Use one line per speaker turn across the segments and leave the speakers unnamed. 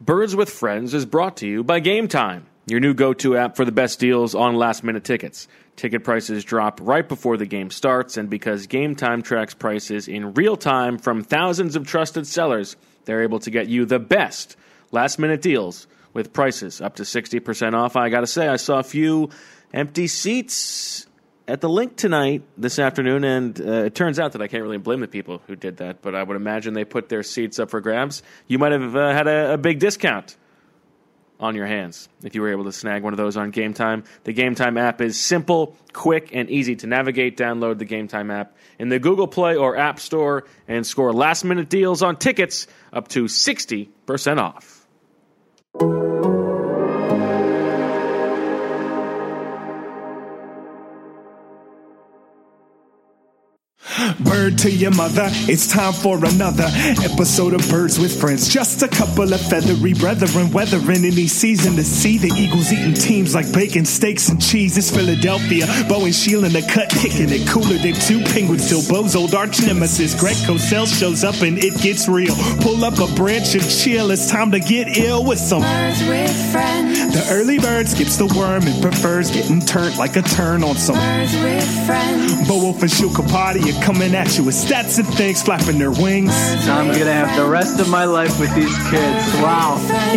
Birds with Friends is brought to you by Game Time, your new go to app for the best deals on last minute tickets. Ticket prices drop right before the game starts, and because Game Time tracks prices in real time from thousands of trusted sellers, they're able to get you the best last minute deals with prices up to 60% off. I gotta say, I saw a few empty seats at the link tonight this afternoon, and uh, it turns out that I can't really blame the people who did that, but I would imagine they put their seats up for grabs. You might have uh, had a, a big discount on your hands if you were able to snag one of those on Game Time. The Game Time app is simple, quick, and easy to navigate. Download the Game Time app in the Google Play or App Store and score last minute deals on tickets up to 60% off.
Bird to your mother, it's time for another episode of Birds with Friends. Just a couple of feathery brethren weathering any season to see the Eagles eating teams like bacon, steaks, and cheese. It's Philadelphia, Bo and Sheila in the cut, kicking it cooler than two penguins till Bo's old arch nemesis Greg Cosell shows up and it gets real. Pull up a branch and chill, it's time to get ill with some.
Birds with friends.
The early bird skips the worm and prefers getting turned like a turn on some.
Birds with friends.
Bo Wolf and Shil Kapadia coming at you with stats and things flapping their wings.
I'm gonna have the rest of my life with these kids. Wow.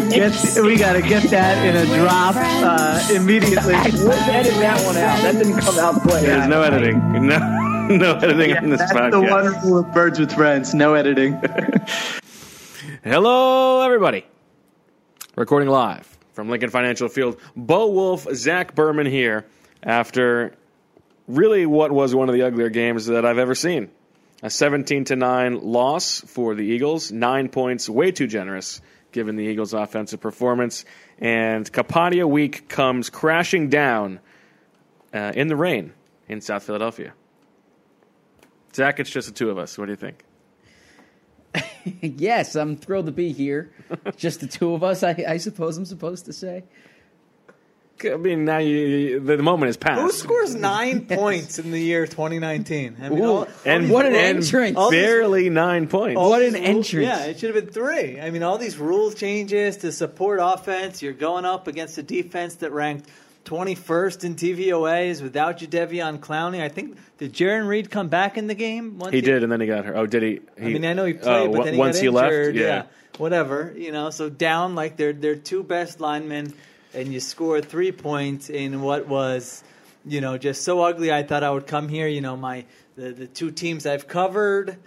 Get, we gotta get that in a drop uh, immediately.
Let's edit that one out. That didn't come out play.
There's no editing. No, no editing on this
That's
podcast.
the one rule of Birds with Friends. No editing.
Hello, everybody. Recording live from Lincoln Financial Field. Bo Wolf, Zach Berman here after really what was one of the uglier games that I've ever seen. A 17 to 9 loss for the Eagles. Nine points, way too generous given the Eagles' offensive performance. And Capadia Week comes crashing down uh, in the rain in South Philadelphia. Zach, it's just the two of us. What do you think?
Yes, I'm thrilled to be here. Just the two of us, I, I suppose I'm supposed to say.
I mean, now you, you, the moment is passed.
Who scores nine points in the year 2019? I mean, all,
and
what an
and
entrance.
All these-
Barely nine points.
all
What an
these rule-
entrance.
Yeah, it should have been three. I mean, all these rule changes to support offense. You're going up against a defense that ranked 21st in TVOAs without Jadevion Clowney. I think did Jaron Reed come back in the game? Once
he did, and then he got hurt. Oh, did he? he
I mean, I know he
oh,
played, but then he
once
got
he
injured.
left, yeah.
whatever. You know, so down like they're they're two best linemen, and you score three points in what was, you know, just so ugly. I thought I would come here. You know, my the, the two teams I've covered.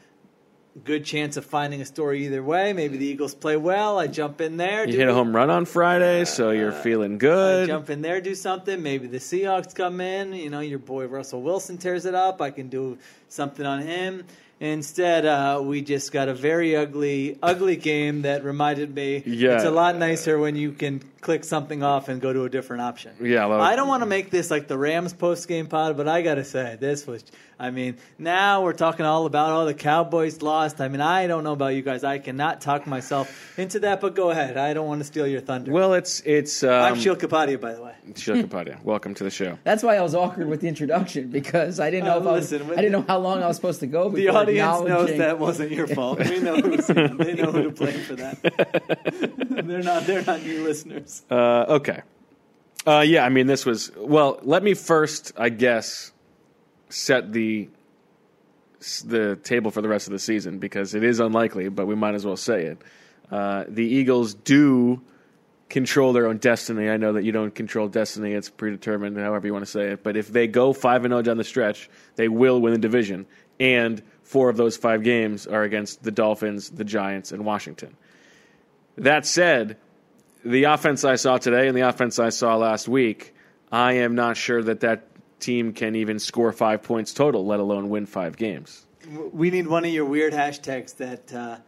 Good chance of finding a story either way. Maybe the Eagles play well. I jump in there.
You
do
hit a
it.
home run on Friday, so you're feeling
Uh, I
good.
jump in there, do something. Maybe the Seahawks come in. You know, your boy Russell Wilson tears it up. I can do something on him. Instead, uh, we just got a very ugly, ugly game that reminded me
Yeah.
it's a lot nicer when you can click something off and go to a different option.
Yeah, well-
I don't want to make this like the Rams post game pod, but I gotta say this was. I mean, now we're talking all about all the Cowboys lost. I mean, I don't know about you guys. I cannot talk myself into that, but go ahead. I don't want to steal your thunder.
Well, it's it's um,
I'm Shil Kapadia, by the way.
Sheila Kapadia. Welcome to the show.
That's why I was awkward with the introduction because I didn't know
Uh,
if I, was,
listen, when-
I didn't know how long I was supposed to go.
The
before
audience knows
acknowledging-
that wasn't your fault. We know who's, they know who to blame for that. they're not. They're not new listeners.
Uh, okay. Uh, yeah, I mean, this was well. Let me first, I guess, set the s- the table for the rest of the season because it is unlikely, but we might as well say it. Uh, the Eagles do control their own destiny. I know that you don't control destiny; it's predetermined, however you want to say it. But if they go five and zero down the stretch, they will win the division, and four of those five games are against the Dolphins, the Giants, and Washington. That said, the offense I saw today and the offense I saw last week, I am not sure that that team can even score five points total, let alone win five games.
We need one of your weird hashtags that uh,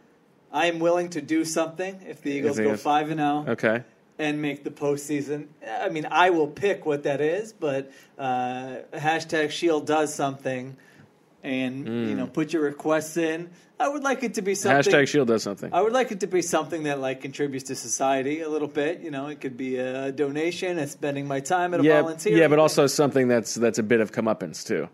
I am willing to do something if the Eagles
they
go
have-
five and zero
Okay.
and make the postseason. I mean, I will pick what that is, but uh, hashtag Shield does something, and you know, put your requests in. I would like it to be something.
Hashtag Shield does something.
I would like it to be something that like contributes to society a little bit. You know, it could be a donation, a spending my time at a
yeah,
volunteer.
yeah, but also something that's that's a bit of comeuppance too.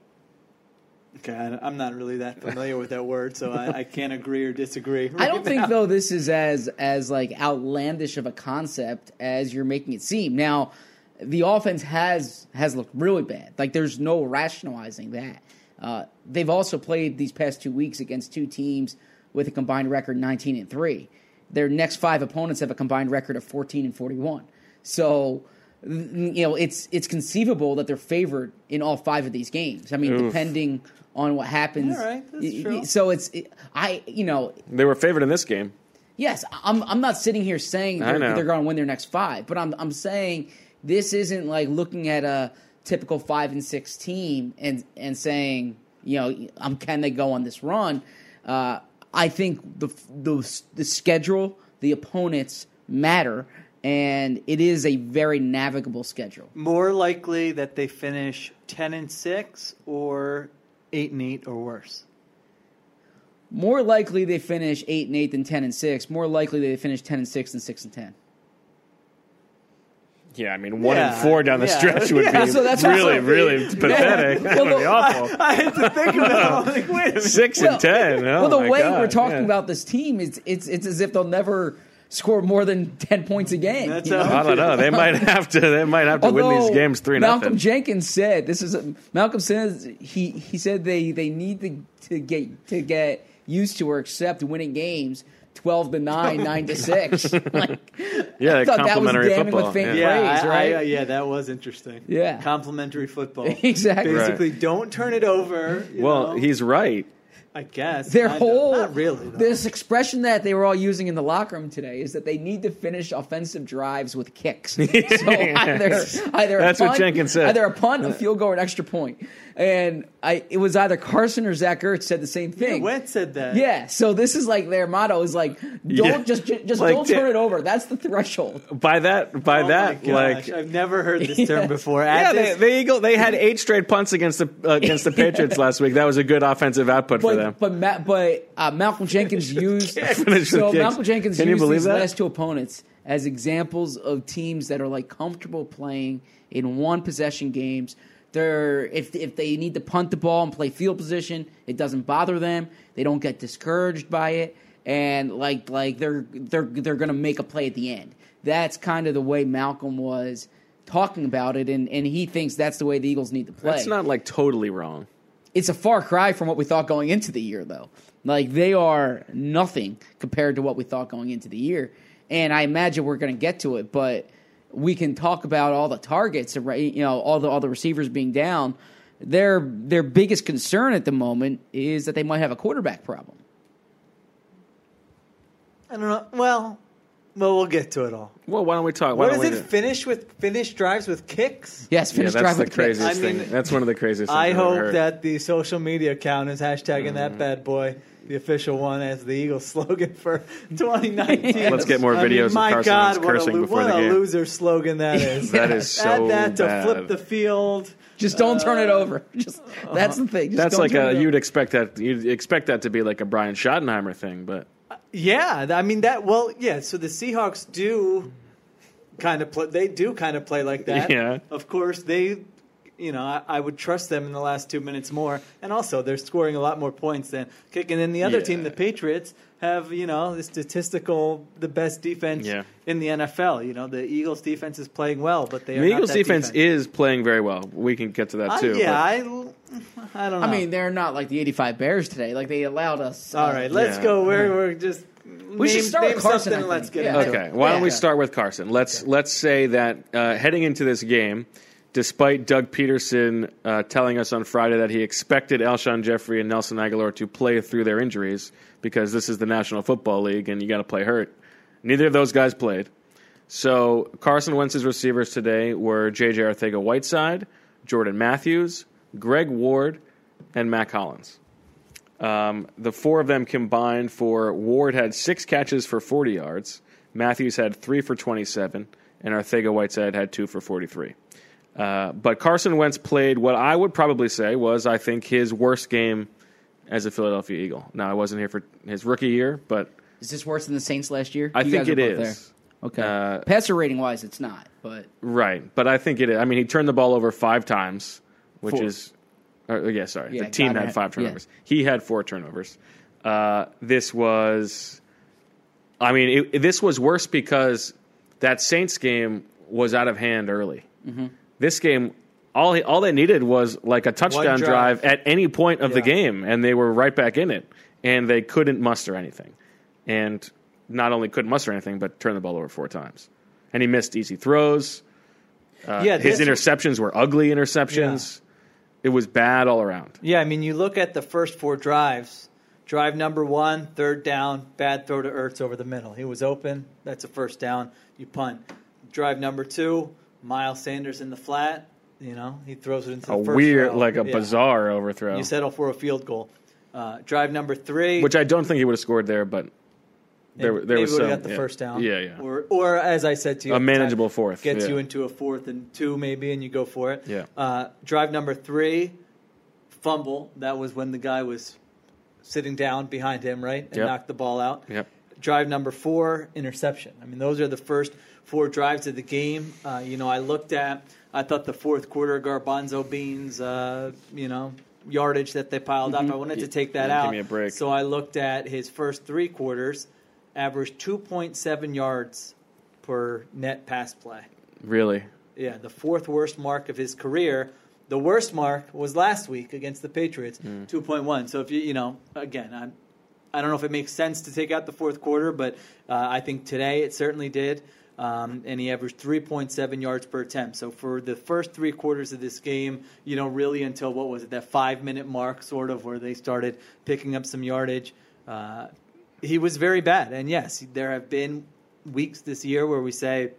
God, I'm not really that familiar with that word, so I, I can't agree or disagree.
I
right
don't think
now.
though this is as as like outlandish of a concept as you're making it seem. Now, the offense has has looked really bad. Like there's no rationalizing that. Uh, they've also played these past two weeks against two teams with a combined record 19 and three. Their next five opponents have a combined record of 14 and 41. So. th- You know, it's it's conceivable that they're favored in all five of these games. I mean, depending on what happens.
All right, that's
Y- y-
true.
So it's it, I you know
They were favored in this game.
Yes, I'm. I'm not sitting here saying
I
they're,
know.
they're going to win their next five, but I'm. I'm saying this isn't like looking at a typical five and six team and and saying you know I'm can they go on this run? Uh, I think the the the schedule, the opponents matter, and it is a very navigable schedule.
More likely that they finish ten and six or eight and eight or worse.
More likely they finish eight and eight than ten and six. More likely they finish ten and six than six and ten.
Yeah, I mean, one
Yeah,
and four down the
yeah.
stretch would
Yeah,
be
so that's
really,
also-
really pathetic. that would be
the-
awful.
I had to think about it. I'm like, wait a minute.
Six and ten. Oh
well, the
my
way
God,
we're talking
yeah.
about this team, it's it's it's as if they'll never score more than ten points a game.
That's
you know?
how
I don't know. They might have to. They might have to win these
Although
games three
Malcolm
nothing.
Jenkins said this is Malcolm says he he said they they need to to get to get used to or accept winning games. 12 to
Oh
9, 9 to 6. Like,
Yeah,
I thought that was
complimentary
damning with
football. yeah.
faint
Yeah,
Praise,
I- I-
right?
uh, yeah, that was interesting.
Yeah.
complimentary football.
Exactly. Right.
Basically, don't turn it over. you
Well,
know?
he's right.
I guess
their
kind of.
whole
not really. though.
this expression that they were all using in the locker room today is that they need to finish offensive drives with kicks. So either either
That's
a
what
punt,
Jenkins said.
Either a punt, a field goal, or an extra point. And I it was either Carson or Zach Ertz said the same
Yeah,
thing.
Wentz said that.
Yeah, so this is like their motto is like don't
Yeah.
just ju- just
Like,
don't
t-
turn it over. That's the threshold.
By that, by
Oh
that,
my gosh,
like
I've never heard this
Yeah.
term before.
yeah,
At
they,
this-
the Eagle. They had eight straight punts against the uh, against the Patriots last week. That was a good offensive output for them.
But but, Ma- but uh, Malcolm Jenkins used
Finish
so
with kicks.
Malcolm Jenkins
Can you
used
believe
these
that?
last two opponents as examples of teams that are like comfortable playing in one possession games. They're if if they need to punt the ball and play field position, it doesn't bother them. They don't get discouraged by it, and like like they're they're they're gonna make a play at the end. That's kind of the way Malcolm was talking about it, and, and he thinks that's the way the Eagles need to play
That's not like totally wrong.
it's a far cry from what we thought going into the year, though. Like they are nothing compared to what we thought going into the year, and I imagine we're going to get to it. But we can talk about all the targets, right? You know, all the all the receivers being down. Their their biggest concern at the moment is that they might have a quarterback problem.
I don't know. Well, well, we'll get to it all.
Well, why don't we talk? Why
What
don't
does
we
it
do-
finish with? Finish drives with kicks.
Yes,
Yeah,
finish
that's
drive
the
with kicks.
craziest
I
thing.
mean,
that's one of the craziest. things
I
I've ever
hope
heard. Mm.
that the social media account is hashtagging that bad boy, the official one, as the Eagles slogan for 2019.
Let's get more
I mean,
videos of
my
Carson
God,
Wentz
what
cursing
a, lo-
before
what
the
a
game.
loser slogan that is.
That is so
Add that to flip
bad.
the field.
Just don't turn it over. Just that's the thing. Just
That's
don't
like
turn it
a
over.
you'd expect that you'd expect that to be like a Brian Schottenheimer thing, but
Yeah, th- I mean that. Well, yeah. So the Seahawks do kind of play. They do kind of play like that.
Yeah.
Of course, they. You know, I, I would trust them in the last two minutes more, and also they're scoring a lot more points than kicking. And the other
Yeah.
team, the Patriots, have you know the statistical the best defense
Yeah.
in the NFL. You know, the Eagles' defense is playing well, but they are
the
not
Eagles
that
defense, is playing very well. We can get to that
I-
too.
yeah,
but-
I, I don't know.
I mean, they're not like the '85 Bears today. Like they allowed us. uh,
all right, let's
uh, Yeah.
go. We're we're just
We should
name,
start with
name
Carson, I
something. and Let's
think.
get
Yeah.
into it.
Okay, why don't we
Yeah.
start with Carson? Let's let's say that uh, heading into this game, despite Doug Peterson uh, telling us on Friday that he expected Alshon Jeffrey and Nelson Aguilar to play through their injuries because this is the National Football League and you got to play hurt. Neither of those guys played. So Carson Wentz's receivers today were J.J. Arthega-Whiteside, Jordan Matthews, Greg Ward, and Matt Collins. Um, the four of them combined for Ward had six catches for 40 yards, Matthews had three for 27, and Arthega Whiteside had two for 43. Uh, but Carson Wentz played what I would probably say was, I think, his worst game as a Philadelphia Eagle. Now, I wasn't here for his rookie year, but
Is this worse than the Saints last year?
I
You
think
guys
it
were both
is.
there. Okay.
Uh,
Passer rating wise, it's not, but
Right, but I think it. I mean, he turned the ball over five times, which
Four.
is Or, yeah, sorry.
Yeah,
the team
Goddard
had five
had- yeah.
turnovers. He had four turnovers. Uh, this was, I mean, it, it- this was worse because that Saints game was out of hand early. This game, all he, all they needed was like a touchdown drive.
drive.
at any point of the
Yeah.
game, and they were right back in it, and they couldn't muster anything, and not only couldn't muster anything, but turned the ball over four times, and he missed easy throws.
yeah,
His
this-
interceptions were ugly interceptions. It was bad all around.
Yeah, I mean, you look at the first four drives. Drive number one, third down, bad throw to Ertz over the middle. He was open. That's a first down. You punt. Drive number two, Miles Sanders in the flat. You know, he throws it into
A
the first
weird,
row.
like a
Yeah.
bizarre overthrow,
You settle for a field goal. Uh, drive number three,
which I don't think he would have scored there, but there,
Maybe-
there
maybe
was
would've
some.
got the
yeah.
first down.
Yeah, yeah.
Or, or as I said to you,
A
at the
manageable
time,
fourth,
gets
yeah.
you into a fourth and two maybe, and you go for it.
Yeah.
Uh, drive number three, fumble. That was when the guy was sitting down behind him, right, and
Yep.
knocked the ball out.
Yep.
Drive number four, interception. I mean, those are the first four drives of the game. Uh, you know, I looked at. I thought the fourth quarter garbanzo beans, uh, you know, yardage that they piled up. I wanted to take that
Mm-hmm. Yeah,
out.
give me a break.
So I looked at his first three quarters, averaged 2.7 yards per net pass play.
Really,
Yeah, the fourth worst mark of his career. The worst mark was last week against the Patriots, 2.1. So if you, you know, again, I'm, I don't know if it makes sense to take out the fourth quarter, but uh, I think today it certainly did. Um, and he averaged 3.7 yards per attempt. So for the first three quarters of this game, you know, really until what was it, that five minute mark, sort of, where they started picking up some yardage, uh, he was very bad. And yes, there have been weeks this year where we say,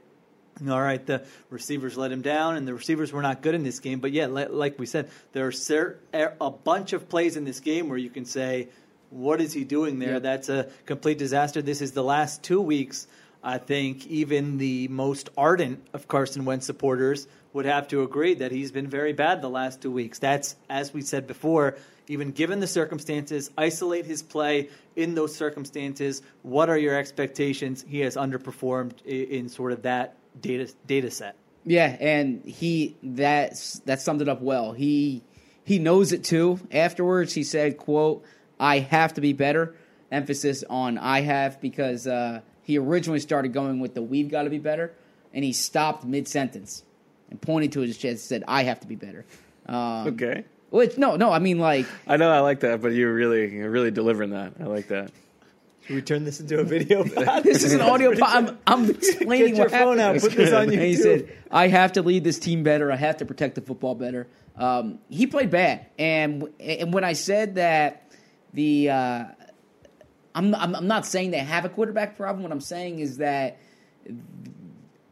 all right, the receivers let him down, and the receivers were not good in this game. But yeah, li- like we said, there are cer- e-, a bunch of plays in this game where you can say, "What is he doing there?
Yeah.
That's a complete disaster." This is the last two weeks. I think even the most ardent of Carson Wentz supporters would have to agree that he's been very bad the last two weeks. That's as we said before. Even given the circumstances, isolate his play in those circumstances. What are your expectations? He has underperformed i- in sort of that data data set.
Yeah, and he that's that summed it up well. He he knows it too. Afterwards, he said, "quote I have to be better." Emphasis on I have because uh, he originally started going with the "we've got to be better," and he stopped mid sentence and pointed to his chest and said, "I have to be better." Um,
okay.
Which no, no, I mean like
I know I like that, but you're really, you're really delivering that. I like that.
Should we turn this into a video?
this is an audio. Po- I'm I'm explaining
Get your
what happened.
phone out. Put this on
And he
YouTube.
said, "I have to lead this team better. I have to protect the football better." Um, he played bad, and and when I said that the uh, I'm, I'm I'm not saying they have a quarterback problem. What I'm saying is that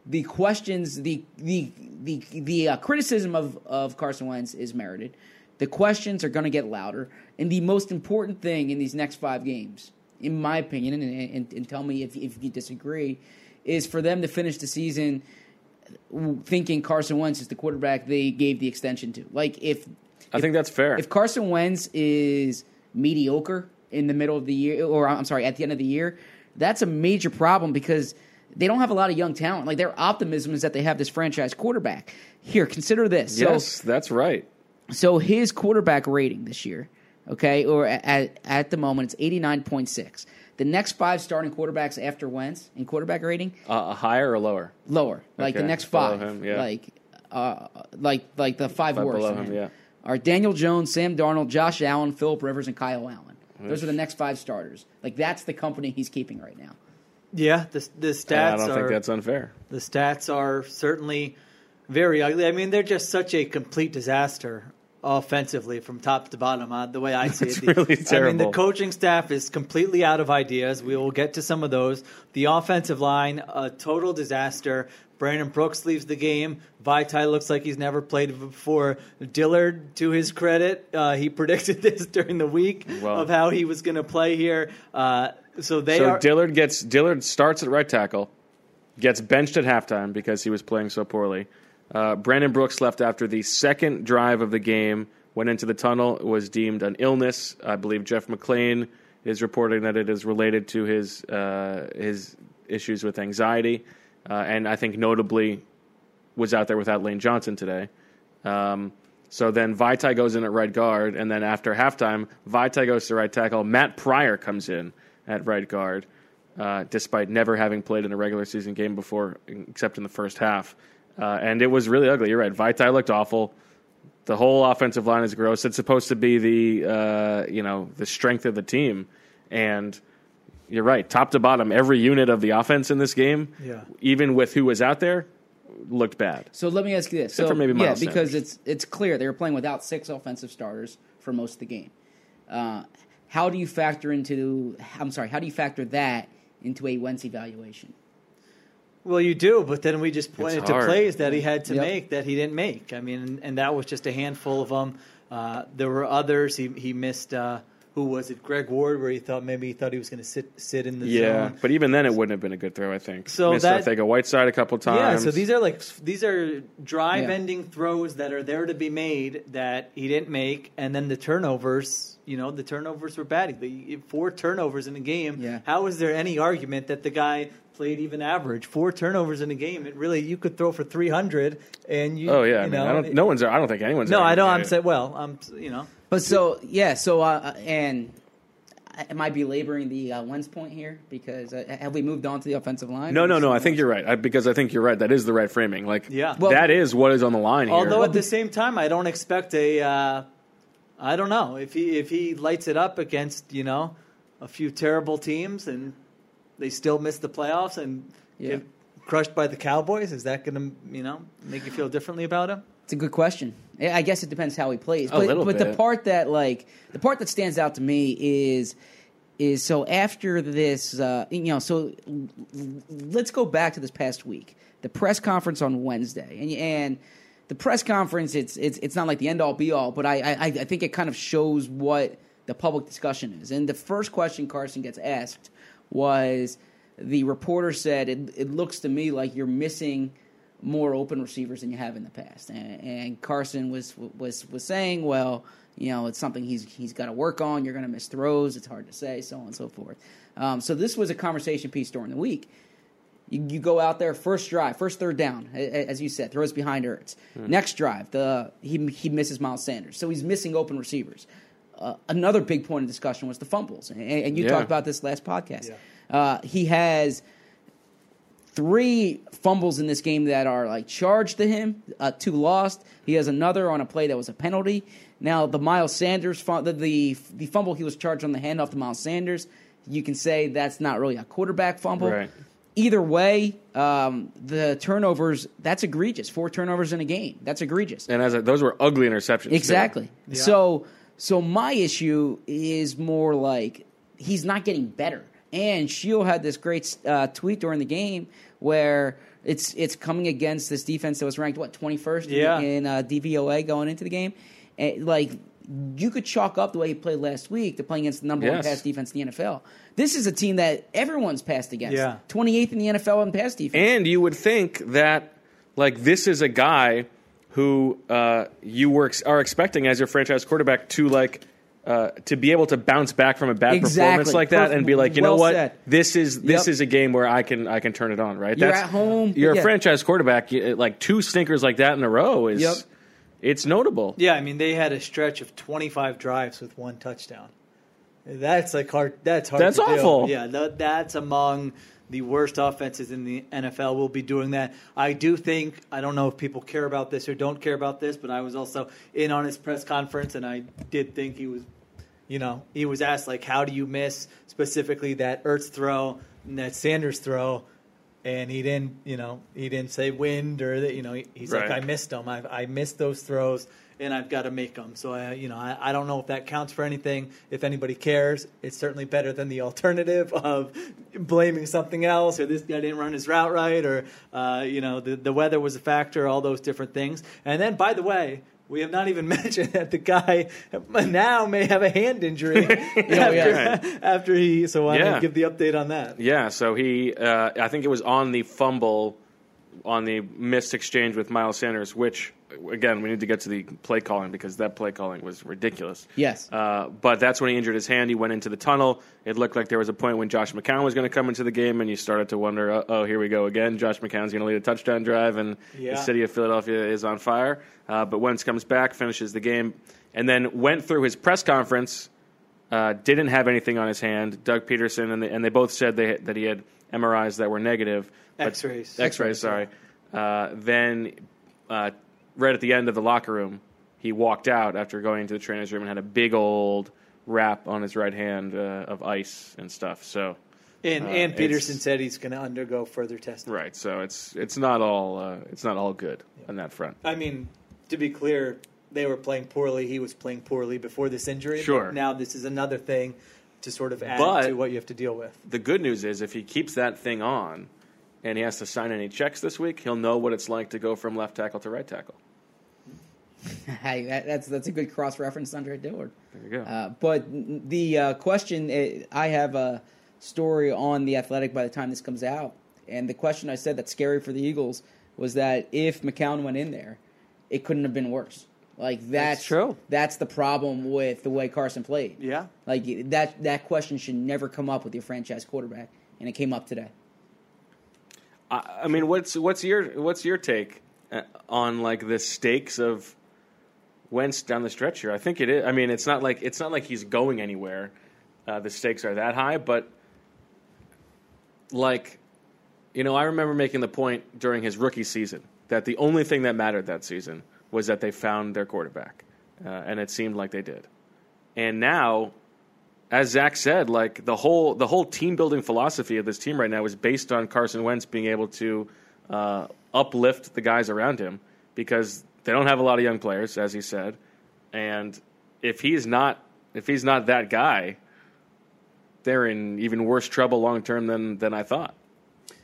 the questions, the the the the uh, criticism of of Carson Wentz is merited. The questions are going to get louder, and the most important thing in these next five games, in my opinion, and and, and tell me if if you disagree, is for them to finish the season thinking Carson Wentz is the quarterback they gave the extension to. Like if
I think that's fair.
if Carson Wentz is mediocre in the middle of the year, or I'm sorry, at the end of the year, that's a major problem because they don't have a lot of young talent. Like their optimism is that they have this franchise quarterback. Here, consider this.
yes,
So,
that's right.
so his quarterback rating this year, okay, or a- at at the moment it's 89.6. The next five starting quarterbacks after Wentz in quarterback rating
Uh, higher or lower?
lower, like the
Okay,
next
below
five,
him, yeah.
like uh, like like the five
Five
worst.
below
than
him,
him
yeah.
Are Daniel Jones, Sam Darnold, Josh Allen, Philip Rivers, and Kyle Allen? Those are the next five starters. Like that's the company he's keeping right now.
yeah, the, the stats
I don't
are
think that's unfair.
the stats are certainly very ugly. I mean, they're just such a complete disaster offensively from top to bottom. Uh, the way I see
It's
it, The-
really
I mean,
terrible.
the coaching staff is completely out of ideas. We will get to some of those. The offensive line, a total disaster. Brandon Brooks leaves the game. Vitae looks like he's never played before. Dillard, to his credit, uh, he predicted this during the week
Wow.
of how he was going to play here. Uh, so they
So
are.
Dillard gets Dillard starts at right tackle, gets benched at halftime because he was playing so poorly. Uh, Brandon Brooks left after the second drive of the game, went into the tunnel, was deemed an illness. I believe Jeff McLean is reporting that it is related to his uh, his issues with anxiety, uh, and I think notably was out there without Lane Johnson today. Um, So then Vitae goes in at right guard, and then after halftime, Vitae goes to right tackle. Matt Pryor comes in at right guard, uh, despite never having played in a regular season game before, except in the first half. Uh, and it was really ugly. You're right. Vitae looked awful. The whole offensive line is gross. It's supposed to be the uh, you know the strength of the team, and you're right. Top to bottom, every unit of the offense in this game,
Yeah.
even with who was out there, looked bad.
So let me ask you this.
Except
so
for maybe
yeah,
Miles
because it's it's clear they were playing without six offensive starters for most of the game. Uh, how do you factor into? I'm sorry. How do you factor that into a Wentz evaluation?
Well, you do, but then we just pointed
It's
to
hard.
plays that he had to
Yep.
make that he didn't make. I mean, and, and that was just a handful of them. Uh, there were others. He he missed. Uh, who was it? Greg Ward, where he thought maybe he thought he was going to sit sit in the
Yeah,
zone.
but even then, it wouldn't have been a good throw. I think.
So
missed
that-
Ortega Whiteside a couple
Yeah,
times.
so these are like these are dry
Yeah.
bending throws that are there to be made that he didn't make, and then the turnovers. You know, the turnovers were bad. The four turnovers in a game.
Yeah.
How is there any argument that the guy played even average? Four turnovers in a game. It really you could throw for three hundred, and you.
Oh yeah,
you
I mean,
know,
I don't. No one's. I don't think anyone's.
No, I
arguing
don't.
it.
I'm saying. Well, I'm. You know.
But so yeah. So uh, and am I belaboring the uh, Wentz point here? Because uh, have we moved on to the offensive line?
No, no, no. I think you're right I, because I think you're right. That is the right framing. Like,
Yeah.
Well-
that is what is on the line here.
Although at the same time, I don't expect a. Uh, I don't know if he if he lights it up against you know a few terrible teams and they still miss the playoffs and
Yeah.
get crushed by the Cowboys. Is that going to you know make you feel differently about him?
It's a good question. I I guess it depends how he plays.
A
But,
little
but the
bit.
part that like the part that stands out to me is is so after this, uh, you know, so l- l- let's go back to this past week, the press conference on Wednesday, and and the press conference. It's it's it's not like the end all be all, but I I, I think it kind of shows what the public discussion is. And the first question Carson gets asked was the reporter said it, it looks to me like you're missing more open receivers than you have in the past. And, and Carson was was was saying, well, you know, it's something he's he's got to work on. You're going to miss throws. It's hard to say, so on and so forth. Um, so this was a conversation piece during the week. You, you go out there first drive, first third down, a- a- as you said, throws behind Ertz. Next drive, the he he misses Miles Sanders, so he's missing open receivers. Uh, another big point of discussion was the fumbles, and, and you
Yeah.
talked about this last podcast. Uh, he has three fumbles in this game that are like charged to him, uh, two lost. He has another on a play that was a penalty. Now the Miles Sanders fum- the, the the fumble he was charged on the handoff to Miles Sanders. You can say that's not really a quarterback fumble.
Right.
Either way, um, the turnovers that's egregious. Four turnovers in a game that's egregious.
and as a, those were ugly interceptions. too.
Exactly. So so my issue is more like he's not getting better. And Shield had this great uh, tweet during the game where it's it's coming against this defense that was ranked what twenty first
Yeah.
in, in uh, DVOA going into the game. And, like you could chalk up the way he played last week to playing against the number one
Yes.
pass defense in the NFL. This is a team that everyone's passed against.
Yeah.
Twenty eighth in the NFL in pass defense.
And you would think that like this is a guy who uh, you were ex- are expecting as your franchise quarterback to like uh, to be able to bounce back from a bad performance
Exactly.
like that and be like, you know
Well
what,
said.
this is this
Yep.
is a game where I can I can turn it on, right?
You're at home.
You're a
Yeah.
franchise quarterback. You- Like two stinkers like that in a row is
Yep.
it's notable.
Yeah, I mean they had a stretch of 25 drives with one touchdown. That's like hard. That's hard.
That's
to do.
awful.
Yeah, that, that's among the worst offenses in the NFL. Will be doing that. I do think. I don't know if people care about this or don't care about this, but I was also in on his press conference, and I did think he was. You know, he was asked like, "How do you miss specifically that Ertz throw and that Sanders throw?" And he didn't. You know, he didn't say wind or that. You know, he, he's like,
Right.
"I missed." missed them. I've, I missed those throws, and I've got to make them. So I, you know, I, I don't know if that counts for anything. If anybody cares, it's certainly better than the alternative of blaming something else or this guy didn't run his route right or uh, you know the the weather was a factor, all those different things. And then, by the way. We have not even mentioned that the guy now may have a hand injury after,
Oh, yeah.
after he. So I
Yeah.
will give the update on that.
Yeah, so he, uh, I think it was on the fumble on the missed exchange with Miles Sanders, which again we need to get to the play calling because that play calling was ridiculous.
Yes.
Uh, but that's when he injured his hand. He went into the tunnel. It looked like there was a point when Josh McCown was going to come into the game, and you started to wonder, uh, oh, here we go again. Josh McCown's going to lead a touchdown drive, and
Yeah.
the city of Philadelphia is on fire. Uh, but Wentz comes back, finishes the game, and then went through his press conference uh, didn't have anything on his hand. Doug Peterson and, the, and they both said they, that he had MRIs that were negative. but-
X-rays.
X-rays, sorry. Uh, then, uh, right at the end of the locker room, he walked out after going into the trainer's room and had a big old wrap on his right hand uh, of ice and stuff. So,
And
Uh,
and Peterson
it's-
said he's going to undergo further testing.
right, so it's it's not all uh, it's not all good on that front.
I mean, to be clear, they were playing poorly. He was playing poorly before this injury.
Sure.
But now this is another thing to sort of add
But-
to what you have to deal with.
the good news is if he keeps that thing on and he has to sign any checks this week, he'll know what it's like to go from left tackle to right tackle.
Hey, that, that's that's a good cross reference, Andre Dillard.
There you go.
Uh, but the uh, question uh, I have a story on the Athletic by the time this comes out, and the question I said that's scary for the Eagles was that if McCown went in there, it couldn't have been worse. Like that's,
true.
That's the problem with the way Carson played.
Yeah.
like that that question should never come up with your franchise quarterback, and it came up today.
I, I mean, what's what's your what's your take uh, on like the stakes of Wentz down the stretch here? I think it is. I mean, it's not like it's not like he's going anywhere. Uh, the stakes are that high, but like you know, I remember making the point during his rookie season that the only thing that mattered that season was that they found their quarterback, uh, and it seemed like they did. And now, as Zach said, like the whole the whole team building philosophy of this team right now is based on Carson Wentz being able to uh, uplift the guys around him because they don't have a lot of young players, as he said. And if he's not if he's not that guy, they're in even worse trouble long term than than I thought.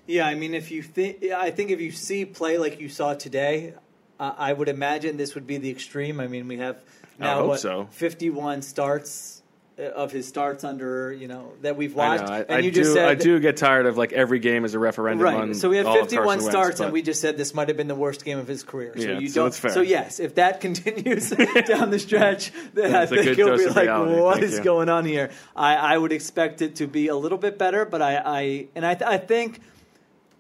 Yeah, I mean, if you think, I think if you see play like you saw today, uh, I would imagine this would be the extreme. I mean, we have
I
now
hope
what
so.
fifty-one starts uh, of his starts under you know that we've
I
watched,
know. I,
and
I
you
do.
just said
I do get tired of like every game is a referendum. On
Right. So we have
all of
51
Carson Wentz,
starts,
but-
and we just said this might have been the worst game of his career. So
Yeah,
you
so
don't.
that's fair.
yes, if that continues down the stretch, then
That's a
I think
good
you'll
dose
be
of
like,
reality.
"What
Thank
is
you.
going on here?" I, I would expect it to be a little bit better, but I, I and I, th- I think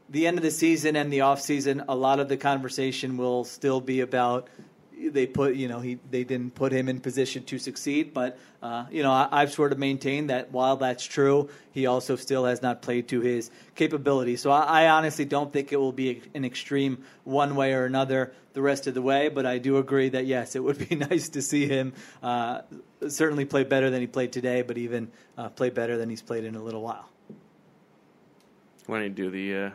the end of the season and the off season, a lot of the conversation will still be about. They put, you know, he they didn't put him in position to succeed, but uh, you know, I, I've sort of maintained that while that's true, he also still has not played to his capability. So I, I honestly don't think it will be an extreme one way or another the rest of the way. But I do agree that yes, it would be nice to see him uh, certainly play better than he played today, but even uh, play better than he's played in a little while.
Why don't you do the? Uh,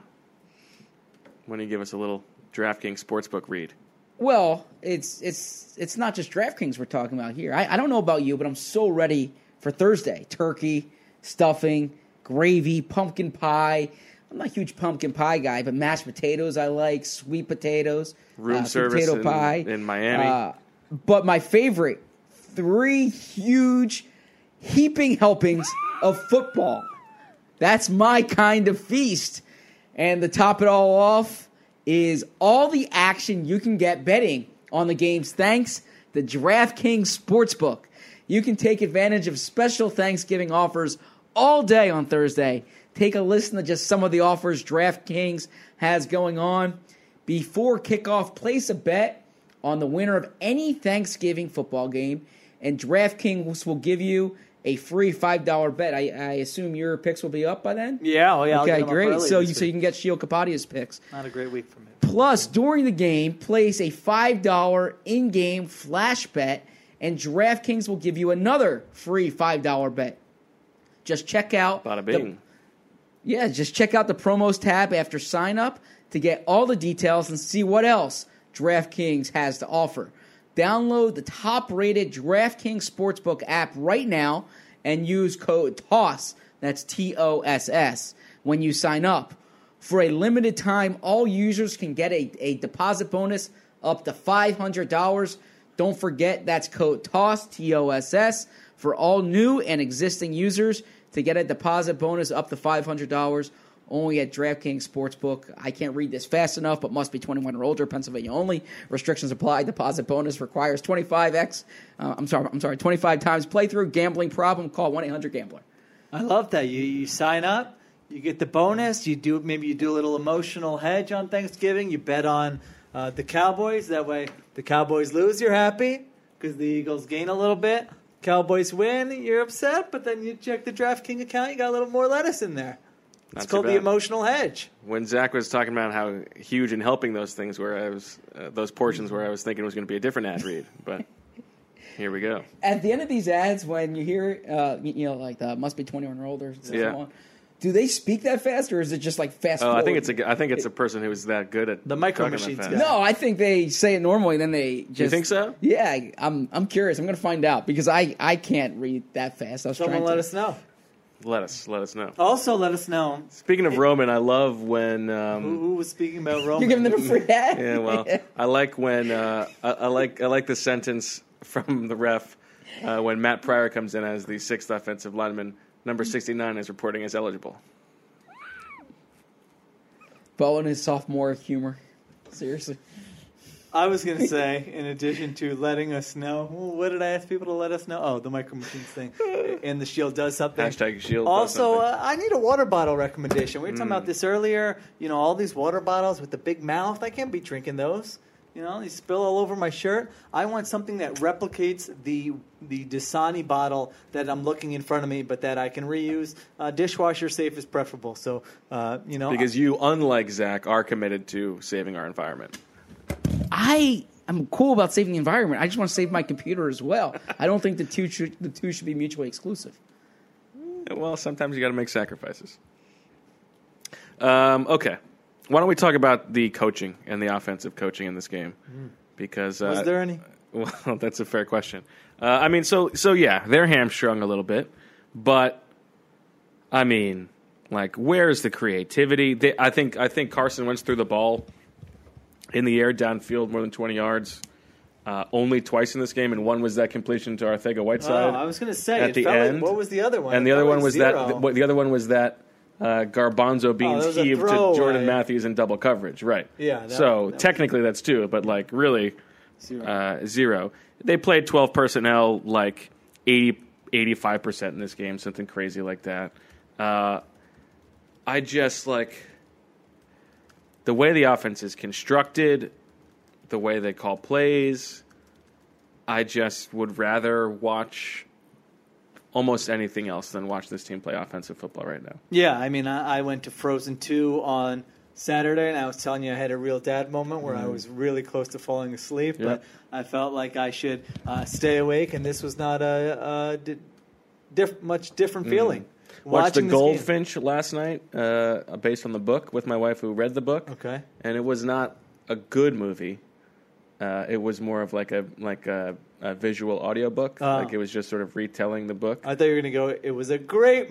why don't you give us a little DraftKings sportsbook read?
Well, it's it's it's not just DraftKings we're talking about here. I, I don't know about you, but I'm so ready for Thursday. Turkey, stuffing, gravy, pumpkin pie. I'm not a huge pumpkin pie guy, but mashed potatoes I like, sweet potatoes, uh,
Room
sweet
service
potato
in-
pie uh,
in Miami.
but my favorite, three huge, heaping helpings of football. That's my kind of feast. And to top it all off is all the action you can get betting on the games thanks to DraftKings Sportsbook. You can take advantage of special Thanksgiving offers all day on Thursday. Take a listen to just some of the offers DraftKings has going on. Before kickoff, place a bet on the winner of any Thanksgiving football game, and DraftKings will give you a free $5 bet. I, I assume your picks will be up by then?
Yeah, well, yeah.
Okay, great. So you so you can get Shield Kapadia's picks.
not a great week for me.
Plus, during the game, place a five dollar in-game flash bet, and DraftKings will give you another free five dollar bet. Just check out
Bada
the-
bing.
yeah, just check out the promos tab after sign up to get all the details and see what else DraftKings has to offer. Download the top rated DraftKings Sportsbook app right now and use code TOSS, that's T O S S, when you sign up. For a limited time, all users can get a, a deposit bonus up to $500. Don't forget that's code TOSS, T O S S, for all new and existing users to get a deposit bonus up to $500 Only at DraftKings Sportsbook. I can't read this fast enough, but must be 21 or older. Pennsylvania only. Restrictions apply. Deposit bonus requires 25x. Uh, I'm sorry. I'm sorry. 25 times playthrough. Gambling problem? Call 1-800-GAMBLER.
I love that. You you sign up, you get the bonus. You do maybe you do a little emotional hedge on Thanksgiving. You bet on uh, the Cowboys. That way, the Cowboys lose, you're happy because the Eagles gain a little bit. Cowboys win, you're upset. But then you check the DraftKings account, you got a little more lettuce in there.
Not
It's
too
called the
bad.
emotional hedge.
When Zach was talking about how huge and helping those things, where I was uh, those portions where I was thinking it was going to be a different ad read, but here we go.
at the end of these ads, when you hear, uh, you, you know, like the must be 21 or older, so
Yeah.
on, do they speak that fast or is it just like fast?
Oh, I think
forward?
it's a g- I think it's a person who is that good at
The micro
talking that
machines
fast.
guy.
No, I think they say it normally. Then they just.
think so?
Yeah, I- I'm. I'm curious. I'm going to find out because I I can't read that fast. I was
Someone
trying
let
to.
us know.
Let us let us know.
Also, let us know
Speaking of Roman, I love when
who,
um,
who was speaking about Roman.
You're giving them a free ad.
yeah, well, I like when uh, I, I like I like the sentence from the ref uh, when Matt Pryor comes in as the sixth offensive lineman. Number sixty nine is reporting as eligible.
Bo and his sophomore humor. Seriously,
I was going to say, in addition to letting us know, well, what did I ask people to let us know? Oh, the micro machines thing. and the shield does something.
Hashtag shield. does
Also,
something. Hmm.
uh, I need a water bottle recommendation. We were talking about this earlier. You know, all these water bottles with the big mouth. I can't be drinking those. You know, they spill all over my shirt. I want something that replicates the the Dasani bottle that I'm looking in front of me, but that I can reuse. Uh, dishwasher safe is preferable. So, uh, you know,
because you, unlike Zach, are committed to saving our environment.
I. I'm cool about saving the environment. I just want to save my computer as well. I don't think the two should, the two should be mutually exclusive.
Well, sometimes you got to make sacrifices. Um, okay, why don't we talk about the coaching and the offensive coaching in this game? Because uh,
Hmm. was there any?
Well, that's a fair question. Uh, I mean, so so yeah, they're hamstrung a little bit, but I mean, like, where's the creativity? They, I think I think Carson Wentz threw the ball in the air downfield more than twenty yards. Uh, only twice in this game, and one was that completion to Arthega Whiteside.
Oh, I was going to say,
at
it
the
felt like-
end,
what was the other one?
and
It
the other
felt
one
like oh,
was
zero. Oh,
that. The, what- the other one was that uh, Garbanzo beans
was a
heave to
throwaway.
Jordan Matthews in double coverage, right?
Yeah, that- that
so
was-
technically, that's two, but like really,
Zero.
uh, zero. They played 12 personnel like 80, 85% in this game, something crazy like that. Uh, I just like the way the offense is constructed, the way they call plays. I just would rather watch almost anything else than watch this team play offensive football right now.
Yeah, I mean, I, I went to Frozen 2 on Saturday, and I was telling you I had a real dad moment where
Mm-hmm.
I was really close to falling asleep, but I felt like I should uh, stay awake, and this was not a, a di- diff- much different feeling.
Watched Mm-hmm. the
Watching this game.
Goldfinch last night, uh, based on the book, with my wife who read the book.
Okay.
and it was not a good movie. Uh, it was more of like a like a, a visual audiobook.
Oh.
Like it was just sort of retelling the book.
I thought you were going to go, it was a great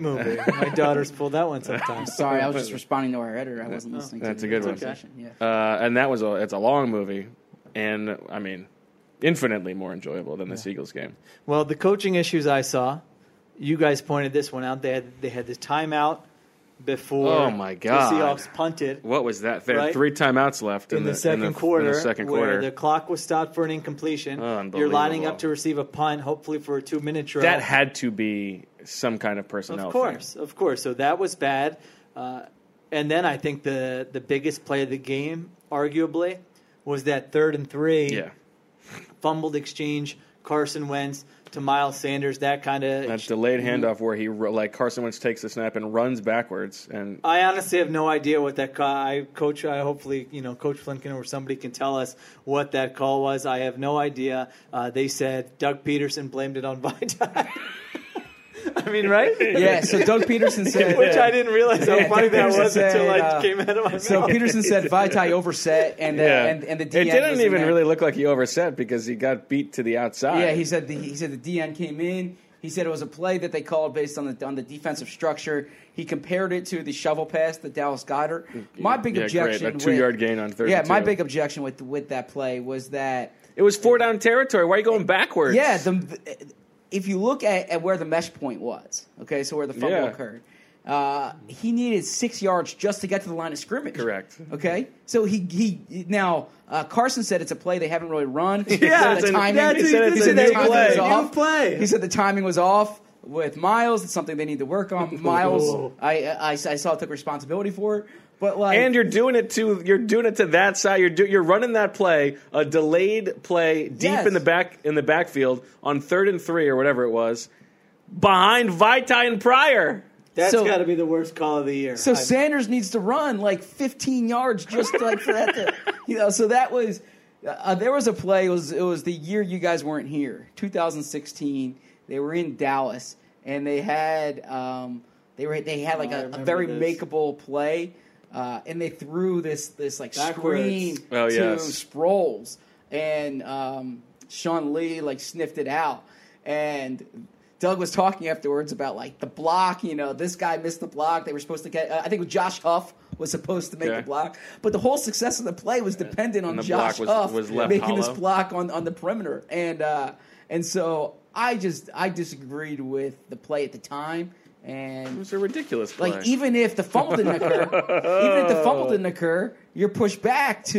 movie. My daughters pull that one sometimes.
Sorry, I was just responding to our editor. I wasn't listening.
Oh. that's
to
a
the
good one.
conversation. Yeah.
Uh, and that was a it's a long movie, and I mean, infinitely more enjoyable than the Seagulls game.
Well, the coaching issues I saw, you guys pointed this one out. They had, they had the timeout before
Oh, my God.
the Seahawks punted.
What was that? There
Right.
three timeouts left in,
in the, second
in the,
quarter,
In the second
where
quarter,
the clock was stopped for an incompletion. You're
Unbelievable.
lining up to receive a punt, hopefully for a two minute drill.
that had to be some kind of personnel.
of
thing.
course, of course. So that was bad. Uh, and then I think the the biggest play of the game, arguably, was that third and three
Yeah,
fumbled exchange. Carson Wentz to Miles Sanders. That kind
that
of.
delayed handoff where he ru- like Carson Wentz takes the snap and runs backwards, and
I honestly have no idea what that call. I coach. I hopefully you know Coach Flinkin or somebody can tell us what that call was. I have no idea. Uh, they said Doug Peterson blamed it on Vitae. I mean, right?
Yeah, so Doug Peterson said.
Which I didn't realize how funny that
Peterson
was until I
said, uh,
came out of my
So
mouth.
Peterson said Vitai overset, and uh, and, and the DN
it
was
didn't
in
even
there.
really look like he overset because he got beat to the outside.
Yeah, he said the, he said the DN came in. He said it was a play that they called based on the on the defensive structure. He compared it to the shovel pass that Dallas Goddard. My big
Yeah, great,
objection,
a
with-
two-yard gain on
Yeah, my
32.
big objection with with that play was that
it was four down territory. Why are you going backwards?
Yeah, the, if you look at, at where the mesh point was, okay, so where the fumble
Yeah.
occurred, Uh, he needed six yards just to get to the line of scrimmage.
Correct.
Okay, so he he now uh, Carson said it's a play they haven't really run. He said
Yeah,
the
it's a-
timing-
yeah,
it's a-
he said
it's
the
a new
timing
play.
was
New
off.
play.
He said the timing was off with Miles. It's something they need to work on. Miles, I, I I saw took responsibility for it, but like
And you're doing it to you're doing it to that side. You're do, you're running that play, a delayed play deep
Yes.
in the back in the backfield on third and three or whatever it was, behind Vitae and Pryor.
That's
So-
got to be the worst call of the year.
So
I-
Sanders needs to run like 15 yards just like for that to, you know. So that was uh, there was a play. It was it was the year you guys weren't here, 2016. They were in Dallas and they had um, they were they had like
Oh, I
a, a
remember
very
this.
makeable play, uh, and they threw this this like
Backwards.
screen
Oh,
to
yes.
Sproles, and um, Sean Lee like sniffed it out, and Doug was talking afterwards about like the block. You know, this guy missed the block. They were supposed to get. Uh, I think Josh Huff was supposed to make
Okay.
the block, but the whole success of the play was dependent on
the block
Josh
was-
Huff
was left
making this
hollow.
block on on the perimeter, and uh, and so I just I disagreed with the play at the time,
It
and
was a ridiculous play.
like even if the fumble didn't occur, even if the fumble didn't occur, you're pushed back to,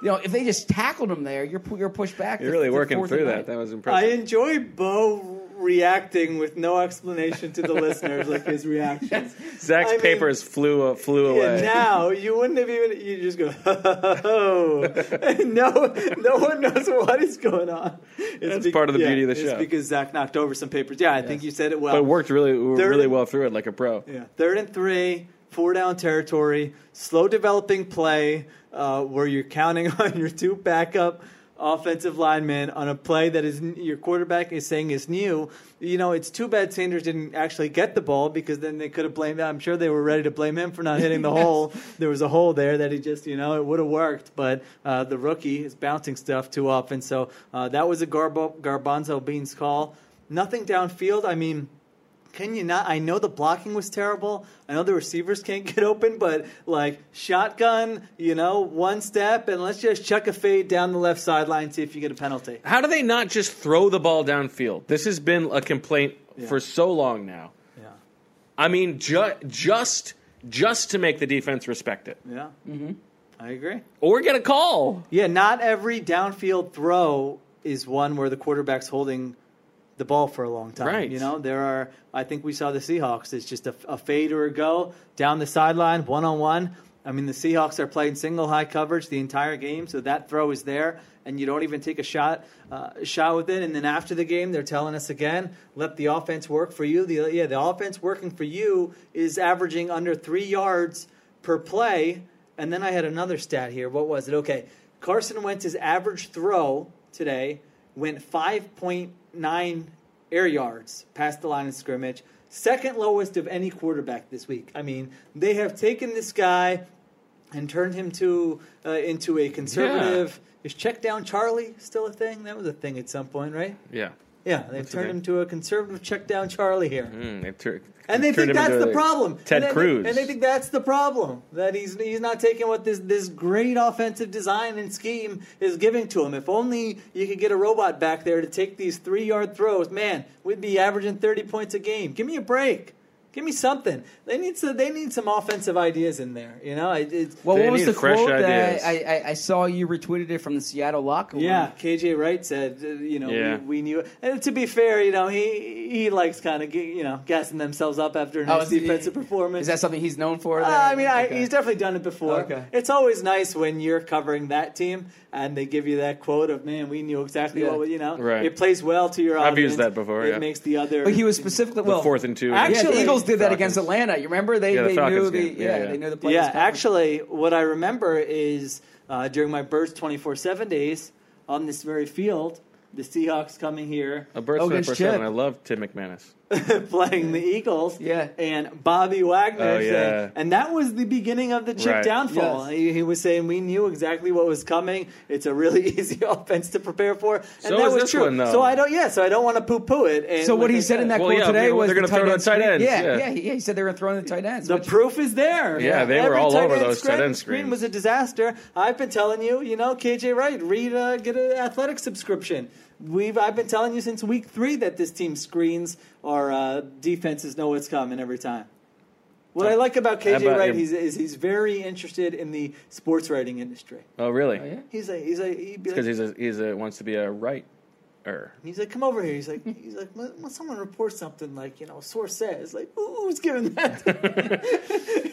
you know, if they just tackled him there, you're pu- you're pushed back.
you're
to-
really
to
working
fourth
through
and
that.
nine.
That was impressive.
I enjoy Bo reacting with no explanation to the listeners, like his reactions.
Zach's
I mean-
papers flew uh, flew away.
And now you wouldn't have even. You just go, "Oh." no, no one knows what is going on. It's
That's part of the beauty of the
it's
show.
because Zach knocked over some papers. Yeah, I think you said it well.
but it worked really
Third-
really well through it, like a pro.
Yeah, third and three, four down territory, slow developing play uh, where you're counting on your two backup offensive linemen on a play that is your quarterback is saying is new. You know, it's too bad Sanders didn't actually get the ball because then they could have blamed. I'm sure they were ready to blame him for not hitting the hole. There was a hole there that he just, you know, it would have worked. But uh, the rookie is bouncing stuff too often, so uh, that was a Garbo- Garbanzo Beans call. Nothing downfield. I mean. Can you not? I know the blocking was terrible. I know the receivers can't get open, but like shotgun, you know, one step, and let's just chuck a fade down the left sideline, see if you get a penalty.
How do they not just throw the ball downfield? This has been a complaint for so long now.
Yeah,
I mean, ju- just just to make the defense respect it
yeah, mm-hmm. I agree.
or get a call.
Yeah, not every downfield throw is one where the quarterback's holding the ball for a long time.
Right.
You know, there are. I think we saw the Seahawks. It's just a, a fade or a go down the sideline, one on one. I mean, the Seahawks are playing single high coverage the entire game, so that throw is there, and you don't even take a shot uh, shot with it. And then after the game, they're telling us again, let the offense work for you. The, yeah, the offense working for you is averaging under three yards per play. And then I had another stat here. What was it? Okay, Carson Wentz's average throw today went five point nine air yards past the line of scrimmage, second lowest of any quarterback this week. I mean, they have taken this guy and turned him to uh, into a conservative. Is check down Charlie still a thing? That was a thing at some point, right?
Yeah,
Yeah, they've
the
turned
thing?
him to a conservative check down Charlie here.
Mm, they tur-
And they
turned
think
him
that's
into
the
a
problem.
Ted
and they-
Cruz.
and they think that's the problem that he's he's not taking what this this great offensive design and scheme is giving to him. If only you could get a robot back there to take these three yard throws, man, we'd be averaging thirty points a game. Give me a break. Give me something. They need some. They need some offensive ideas in there. You know, it, it's
Well,
They
what was
need
the
fresh
quote
ideas.
that I, I, I saw you retweeted it from the Seattle locker room?
Yeah, KJ Wright said, uh, you know,
Yeah.
we, we knew. And to be fair, you know, he he likes kind of you know gassing themselves up after a
Oh,
nice
is-
defensive performance.
Is that something he's known for?
Uh,
that-
I mean, I,
Okay.
he's definitely done it before.
Okay.
It's always nice when you're covering that team and they give you that quote of "Man, we knew exactly
Yeah.
what we- you know."
Right.
It plays well to your.
I've
audience.
used that before,
It
yeah.
makes the other.
but he was specifically
the
well.
fourth and two.
yeah,
Actually-
the Eagles did that
Falcons.
against Atlanta. You remember they
Yeah, the
they
Falcons
knew the
game. Yeah,
yeah,
yeah.
they knew the play.
Yeah,
was coming.
actually, what I remember is uh, during my Birds twenty four seven days on this very field, the Seahawks coming here.
a bird
Oh,
slip
against
for seven.
Chip.
I love Tim McManus.
playing the Eagles.
Yeah.
And Bobby Wagner
Oh,
saying,
yeah.
and that was the beginning of the chip
Right.
downfall.
Yes.
He, he was saying we knew exactly what was coming. It's a really easy offense to prepare for, and
So
that
is
was
this
true.
one, though.
so I don't, yeah. So I don't want to poo poo it. And
So what
like I
he said in that
Well,
quote
yeah,
today
they're
was
gonna
the
throw
end
the tight
screen.
ends, yeah.
Yeah, yeah, he- yeah. He said they were throwing the tight ends.
The
which-
proof is there.
Yeah, they were
Every
all
tight
over
end
those
screen,
tight end
screen
screens.
was a disaster. I've been telling you, you know, KJ Wright, read, uh, get an athletic subscription. We've I've been telling you since week three that this team screens or uh, defenses know what's coming every time. What I like about KJ
How about
Wright
your-
he's, is he's very interested in the sports writing industry.
Oh, really?
Oh, yeah?
He's like, he's like, he'd be
Because
like,
he's a, he's a wants to be a writer.
he's like, come over here. He's like, he's like, when, when someone reports something, like you know, source says, like, who- who's giving that?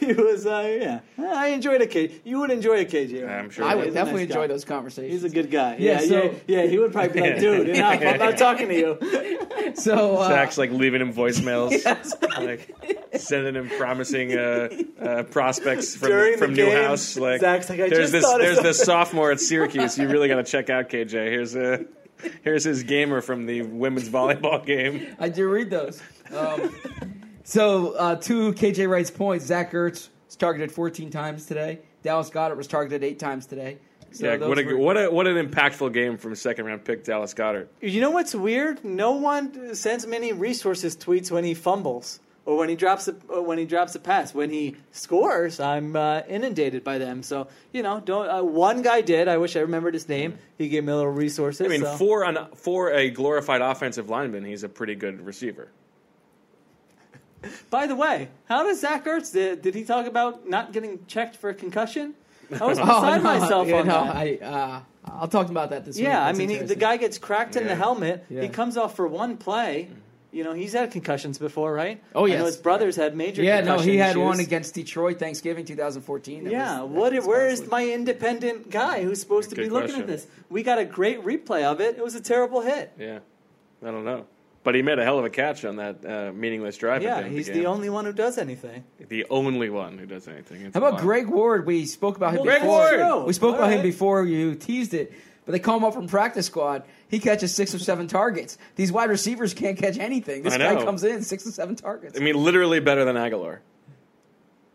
he was, uh, yeah, I enjoyed a KJ. You would enjoy a KJ. Wright.
I'm sure.
Yeah,
you
he's
I
a
would
nice guy.
those conversations.
He's a good guy.
Yeah,
Yeah, yeah,
so-
yeah, He would probably be like, dude, enough. I'm not talking to you.
so uh,
Zach's like leaving him voicemails, like sending him promising uh, uh, prospects from
During the
from
game,
Newhouse. Like
Zach's like, I
there's
just
this
thought of
there's
something.
this sophomore at Syracuse. You really got to check out KJ. Here's a here's his gamer from the women's volleyball game.
I do read those. Um, so uh, to KJ Wright's point, Zach Ertz was targeted 14 times today. Dallas Goddard was targeted eight times today. So
Yeah,
those
what a
were-
what a what an impactful game from second round pick Dallas Goddard.
You know what's weird? No one sends him any resources tweets when he fumbles or when he drops a or when he drops a pass. When he scores, I'm uh, inundated by them. So you know, don't. Uh, one guy did. I wish I remembered his name. He gave me a little resources.
I mean,
so.
for an for a glorified offensive lineman, he's a pretty good receiver.
By the way, how does Zach Ertz did, did he talk about not getting checked for a concussion? I was beside
Oh, no,
myself
you
on
know,
that.
I, uh, I'll talk about that this week.
Yeah, I
That's
mean, he, the
interesting.
guy gets cracked in
Yeah.
the helmet.
Yeah.
He comes off for one play. You know, he's had concussions before, right?
Oh,
I
yes.
know his brothers had major.
Yeah, no,
concussion
he had
issues.
one against Detroit Thanksgiving 2014. That
Yeah,
was-
what?
that was
Where is
possibly-
my independent guy who's supposed to
Good
be looking
question.
at this? We got a great replay of it. It was a terrible hit.
Yeah, I don't know, but he made a hell of a catch on that uh, meaningless drive. at the
Yeah,
end of
he's
the,
the,
game.
only one who does anything.
the only one who does anything. It's
How about
wild.
Greg Ward? We spoke about him
Well, Greg
before.
Ward!
We spoke
All
about him
right.
before you teased it, but they call him up from practice squad. He catches six or seven targets. These wide receivers can't catch anything. This
I
guy
know.
comes in six or seven targets.
I mean, literally better than Aguilar.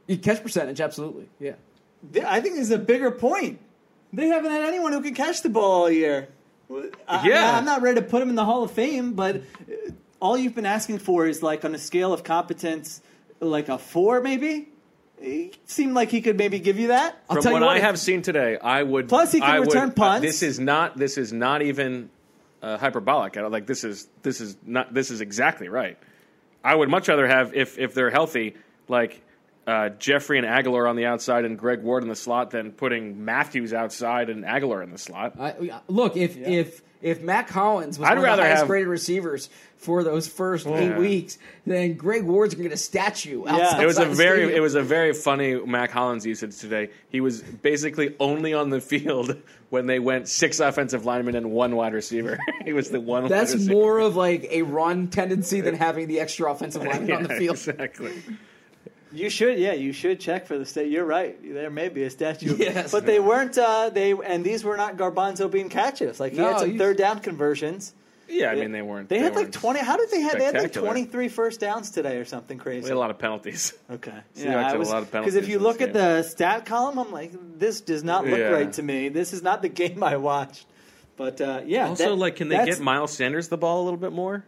You catch percentage, absolutely. Yeah.
Th- I think this is a bigger point. They haven't had anyone who can catch the ball all year. I,
Yeah.
I'm not ready to put him in the Hall of Fame, but uh, all you've been asking for is like on a scale of competence, like a four maybe. It seemed like he could maybe give you that.
I'll
From
tell
what
you
I
what,
have seen today, I would.
Plus, he can
I would- uh,
return punts.
this is not. This is not even uh, hyperbolic. I don't, like this is this is not. This is exactly right. I would much rather have if if they're healthy, like uh, Jeffrey and Aguilar on the outside and Greg Ward in the slot, than putting Matthews outside and Aguilar in the slot.
I, I- look, if if if Matt Collins was
I'd
one of the
rather
highest
have-
graded receivers for those first eight weeks, then Greg Ward's going to get a statue. Outside,
It was a
outside the
very
stadium.
it was a very funny Mac Hollins usage today. He was basically only on the field when they went six offensive linemen and one wide receiver. he was the one.
That's
wide receiver.
more of like a run tendency than having the extra offensive lineman on the
Yeah,
field.
Exactly.
You should, yeah, you should check for the state. You're right. There may be a statue,
Yes.
but they weren't. Uh, they and these were not garbanzo bean catches. Like he
No,
had some
you-
third down conversions.
Yeah, I mean they weren't.
They, had like
weren't-
twenty. How did they have? They had like
spectacular.
23 first downs today or something
They
crazy.
had a lot of penalties.
Okay,
Seahawks
yeah,
had a lot of
because if
penalties
you
in this
look
game.
at the stat column, I'm like, this does not look
Yeah.
right to me. This is not the game I watched. But uh, yeah,
Also,
that-
like, can they
that's-
get Miles Sanders the ball a little bit more?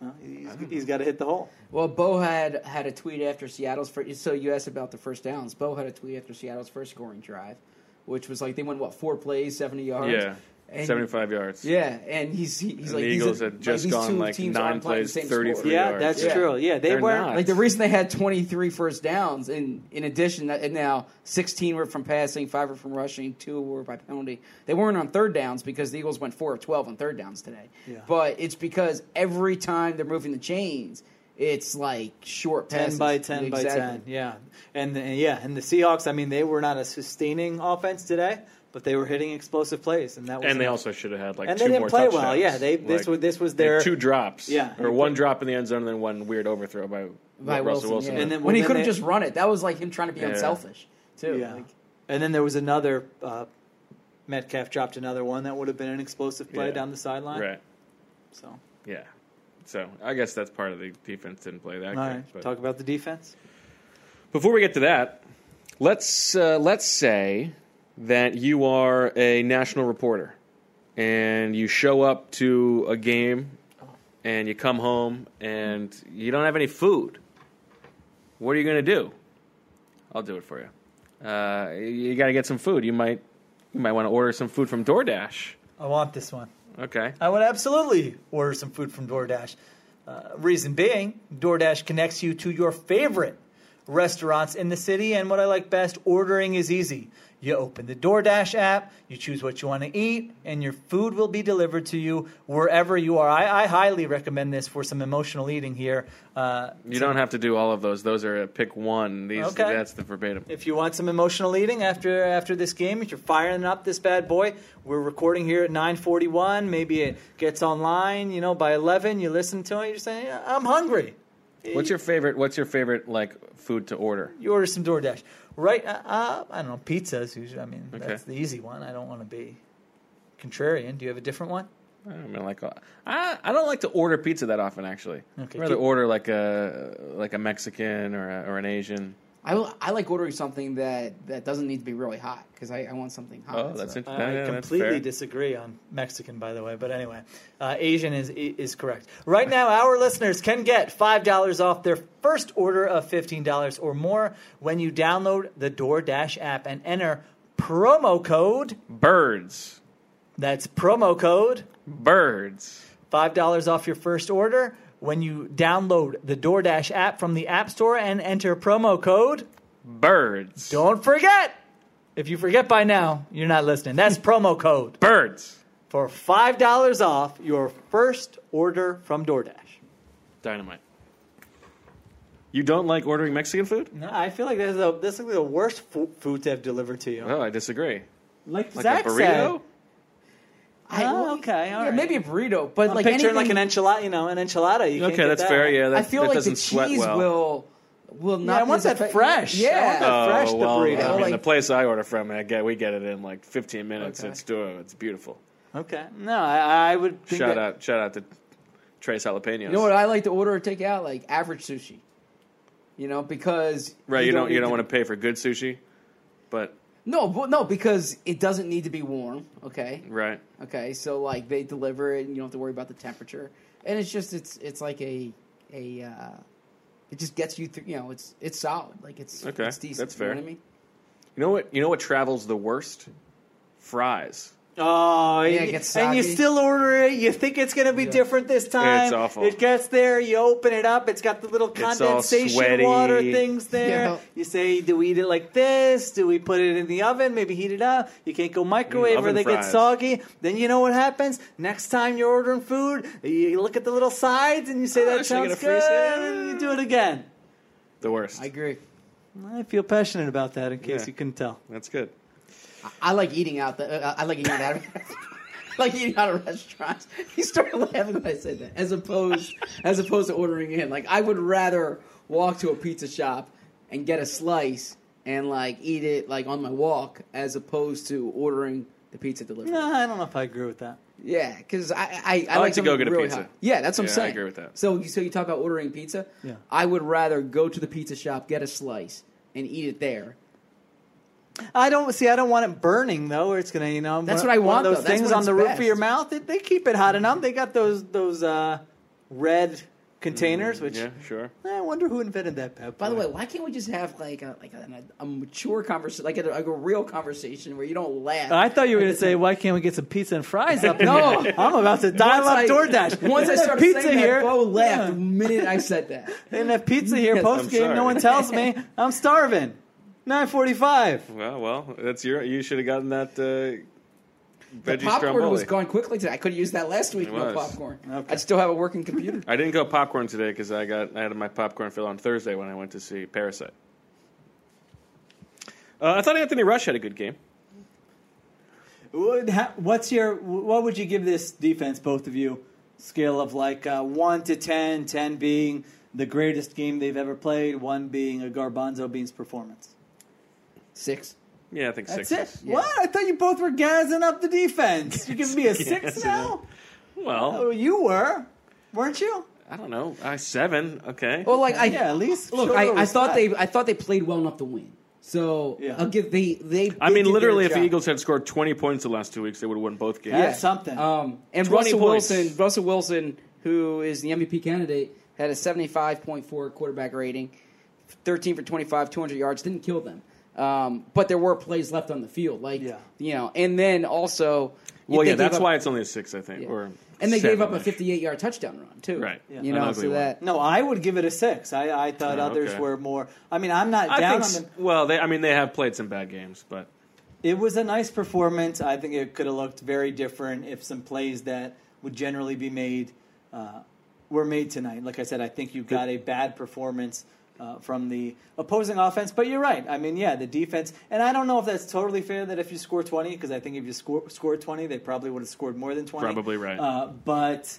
Well, he's- he's got to hit the hole.
Well, Bo had had a tweet after Seattle's first. So you asked about the first downs. Bo had a tweet after Seattle's first scoring drive, which was like they went what four plays, seventy yards.
Yeah,
And-
seventy-five yards.
Yeah, and he's he-
And
he's like
the
he's
Eagles
a-
had just
these
gone,
two
like,
teams
nine
aren't playing
plays,
the same sport.
33
Yeah,
yards.
that's
Yeah.
true. Yeah, they
They're
were
not.
Like the reason they had 23 first downs, and in addition, that- and now 16 were from passing, five were from rushing, two were by penalty. They weren't on third downs because the Eagles went four of 12 on third downs today.
Yeah.
But it's because every time they're moving the chains, it's like short passes.
ten by ten by
Exactly.
ten. Yeah, and, and yeah, and the Seahawks. I mean, they were not a sustaining offense today, but they were hitting explosive plays, and that was
And they
enough.
also should have had like
And
two
they didn't
more
play well.
touchdowns.
Yeah, they- this
Like,
was- this was
they had
their-
two drops.
Yeah.
or one drop in the end zone and then one weird overthrow by,
By
Russell Wilson.
yeah.
And then-
when he
well,
could have
then they-
just run it, that was like him trying to be
Yeah.
unselfish too.
Yeah.
Like,
and then there was another uh, Metcalf dropped another one that would have been an explosive play
Yeah.
down the sideline.
right.
So,
Yeah. So I guess that's part of the defense didn't play that.
all
great,
right,
but-
talk about the defense.
Before we get to that, let's uh, let's say that you are a national reporter and you show up to a game and you come home and you don't have any food. What are you going to do? I'll do it for you. Uh, you got to get some food. You might you might want to order some food from DoorDash.
I want this one.
Okay.
Uh, I would absolutely order some food from DoorDash. Uh, reason being, DoorDash connects you to your favorite restaurants in the city, and what I like best, ordering is easy. You open the DoorDash app, you choose what you want to eat, and your food will be delivered to you wherever you are. I, I highly recommend this for some emotional eating here. Uh,
You don't have to do all of those. Those are uh, pick one. These
Okay.
that's the verbatim.
if you want some emotional eating after after this game, if you're firing up this bad boy, we're recording here at 9:41. Maybe it gets online, you know, by 11. You listen to it, you're saying, "Yeah, "I'm hungry."
What's your favorite? What's your favorite like food to order?
You order some DoorDash, right? Uh, uh, I don't know. Pizza is usually. I mean,
Okay.
that's the easy one. I don't want to be contrarian. Do you have a different one?
I don't mean, like uh, I, I don't like to order pizza that often. Actually,
Okay,
I'd rather
keep-
order like a like a Mexican or a, or an Asian.
I, will- I like ordering something that, that doesn't need to be really hot because I, I want something hot.
Oh, that's
so.
interesting.
I
Yeah, that's
completely
fair.
disagree on Mexican, by the way. But anyway, uh, Asian is is correct. Right now, our listeners can get five dollars off their first order of fifteen dollars or more when you download the DoorDash app and enter promo code.
Birds,
That's promo code
birds.
five dollars off your first order when you download the DoorDash app from the App Store and enter promo code.
Birds.
Don't forget. If you forget by now, you're not listening. That's promo code.
Birds.
for five dollars off your first order from DoorDash.
Dynamite. You don't like ordering Mexican food?
No, I feel like that's the that's like the worst fu- food to have delivered to you.
Oh, I disagree.
Like,
Like
Zach
a burrito?
said,
I-
Oh,
well,
okay, all
yeah,
right.
Maybe a burrito, but
I'm
like
picturing
anything,
like an enchilada, you know, an enchilada. You can't
Okay,
get
that's
that.
fair. Yeah, that,
I feel
that
like
doesn't
the
sweat
cheese
well.
will will
Yeah,
not.
I
be
want
as
that
effect-
fresh. I want
Yeah,
that
Oh
fresh, the
well,
burrito.
I mean,
Like-
the place I order from, I get we get it in like 15 minutes.
Okay.
It's doing it's beautiful.
Okay, no, I, I would think
Shout
that-
out, shout out to Trace Jalapenos.
you know what I like to order or take out like average sushi. You know because
right, you, don't you
need
don't
to-
want to pay for good sushi, but
No, but no, because it doesn't need to be warm. Okay,
right,
okay, so like they deliver it, and you don't have to worry about the temperature, and it's just it's it's like a a uh, it just gets you through. You know, it's it's solid, like it's
Okay,
it's decent.
that's
you know
fair.
what I mean,
you know what you know what travels the worst? Fries.
Oh,
Yeah,
and-
it gets
and you
soggy.
still order it. You think it's going to be different this time.
awful.
It gets there. You open it up. It's got the little
all
condensation
sweaty.
water things there.
Yeah.
You say, do we eat it like this? Do we put it in the oven? Maybe heat it up. You can't go microwave or
Mm, oven
they get
fries.
soggy. Then you know what happens. Next time you're ordering food, you look at the little sides and you say,
Oh,
that
should I get
sounds
a free
good.
side?
And you do it again.
The worst.
I agree.
I feel passionate about that in case
Yeah.
you couldn't tell.
That's good.
I like eating out. The, uh, I like eating out. At, like eating out of restaurants. He started laughing when I said that, as opposed as opposed to ordering in. Like I would rather walk to a pizza shop and get a slice and like eat it like on my walk, as opposed to ordering the pizza delivered.
No, I don't know if I agree with that.
Yeah, because I I, I,
like to go
something
get a
really
pizza.
hot. Yeah, that's what
Yeah,
I'm
I
saying.
agree with that.
So you so you talk about ordering pizza.
Yeah.
I would rather go to the pizza shop, get a slice, and eat it there.
I don't see. I don't want it burning though, or it's gonna. You know,
That's
one-
what I
one
want,
Of
though.
those
That's
things
when
on
it's
the roof
best.
of your mouth. It, they keep it hot enough. They got those those uh, red containers. Which
Mm,
eh,
Yeah, sure.
I wonder who invented that. Bad
By the
boy.
way, why can't we just have like a like a, a mature conversation, like a, like a real conversation where you don't laugh?
I thought you were gonna say, "Why can't we get some pizza and fries up?" in
No.
here?" I'm about to dial up
Once I-
DoorDash.
Once I
They have
started
pizza
saying that,
here,
Bo laughed the
Yeah.
minute I said that.
They didn't have pizza here
Yes,
post game.
I'm
No
sorry.
one tells me I'm starving. Nine forty-five.
Well, well, that's your. You should have gotten that uh,
The
veggie
popcorn
stromboli.
was gone quickly today. I could have used that last week.
It
No
was.
popcorn.
Okay.
I'd still have a working computer.
I didn't go popcorn today because I got I had my popcorn fill on Thursday when I went to see Parasite. Uh, I thought Anthony Rush had a good game.
Would ha- what's your what would you give this defense both of you scale of like uh, 1 to 10 10 being the greatest game they've ever played 1 being a garbanzo beans performance
Six.
Yeah, I think
that's
six.
it what i thought you both were gassing up the defense you giving me a 6
Gassing
now oh
Well,
you were weren't you
I don't know. I seven. Okay.
Well, like I
yeah at least
look,
show
I,
the
I thought
respect.
they I thought they played well enough to win. So
Yeah.
I'll give they they.
I
they
mean,
did
literally,
their
if the
job.
Eagles had scored twenty points the last two weeks, they would have won both games.
Yeah. That's something.
Um, and
20
Russell
points.
Wilson, Russell Wilson, who is the MVP candidate, had a seventy-five point four quarterback rating, thirteen for twenty-five, two hundred yards. Didn't kill them, um, but there were plays left on the field, like
Yeah.
you know. And then also,
Well,
they
yeah,
gave
that's
up-
why it's only a six, I think. Or
and they gave
seven,
up a
actually.
58 yard touchdown run too.
Right. Yeah.
You
An
know,
ugly
so
one.
that
No, I would give it a six. I, I thought
Yeah,
others
okay.
were more. I mean, I'm not
I think.
down on
s-
them.
Well, they. I mean, they have played some bad games, but
It was a nice performance. I think it could have looked very different if some plays that would generally be made uh, were made tonight. Like I said, I think you got a bad performance uh, from the opposing offense. But you're right. I mean, yeah, the defense. And I don't know if that's totally fair that if you score 20, because I think if you score, scored 20, they probably would have scored more than 20.
Probably right.
Uh, but.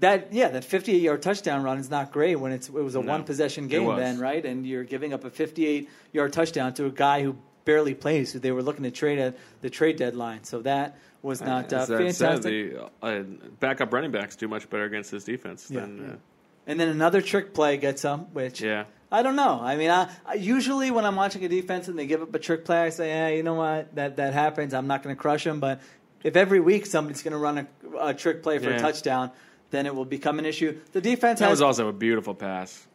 That yeah, that 58 yard touchdown run is not great when it's it was a
No,
one possession
it
game
was.
then, right? And you're giving up a 58 yard touchdown to a guy who barely plays, who they were looking to trade at the trade deadline. So that was not uh,
As I said,
fantastic.
the uh, backup running backs do much better against this defense than. Uh,
and then another trick play gets them, which
Yeah.
I don't know. I mean, I, I usually when I'm watching a defense and they give up a trick play, I say, yeah, you know what, that that happens. I'm not going to crush them, but if every week somebody's going to run a, a trick play for
Yeah.
a touchdown, then it will become an issue. The defense
That
has
was also a beautiful pass.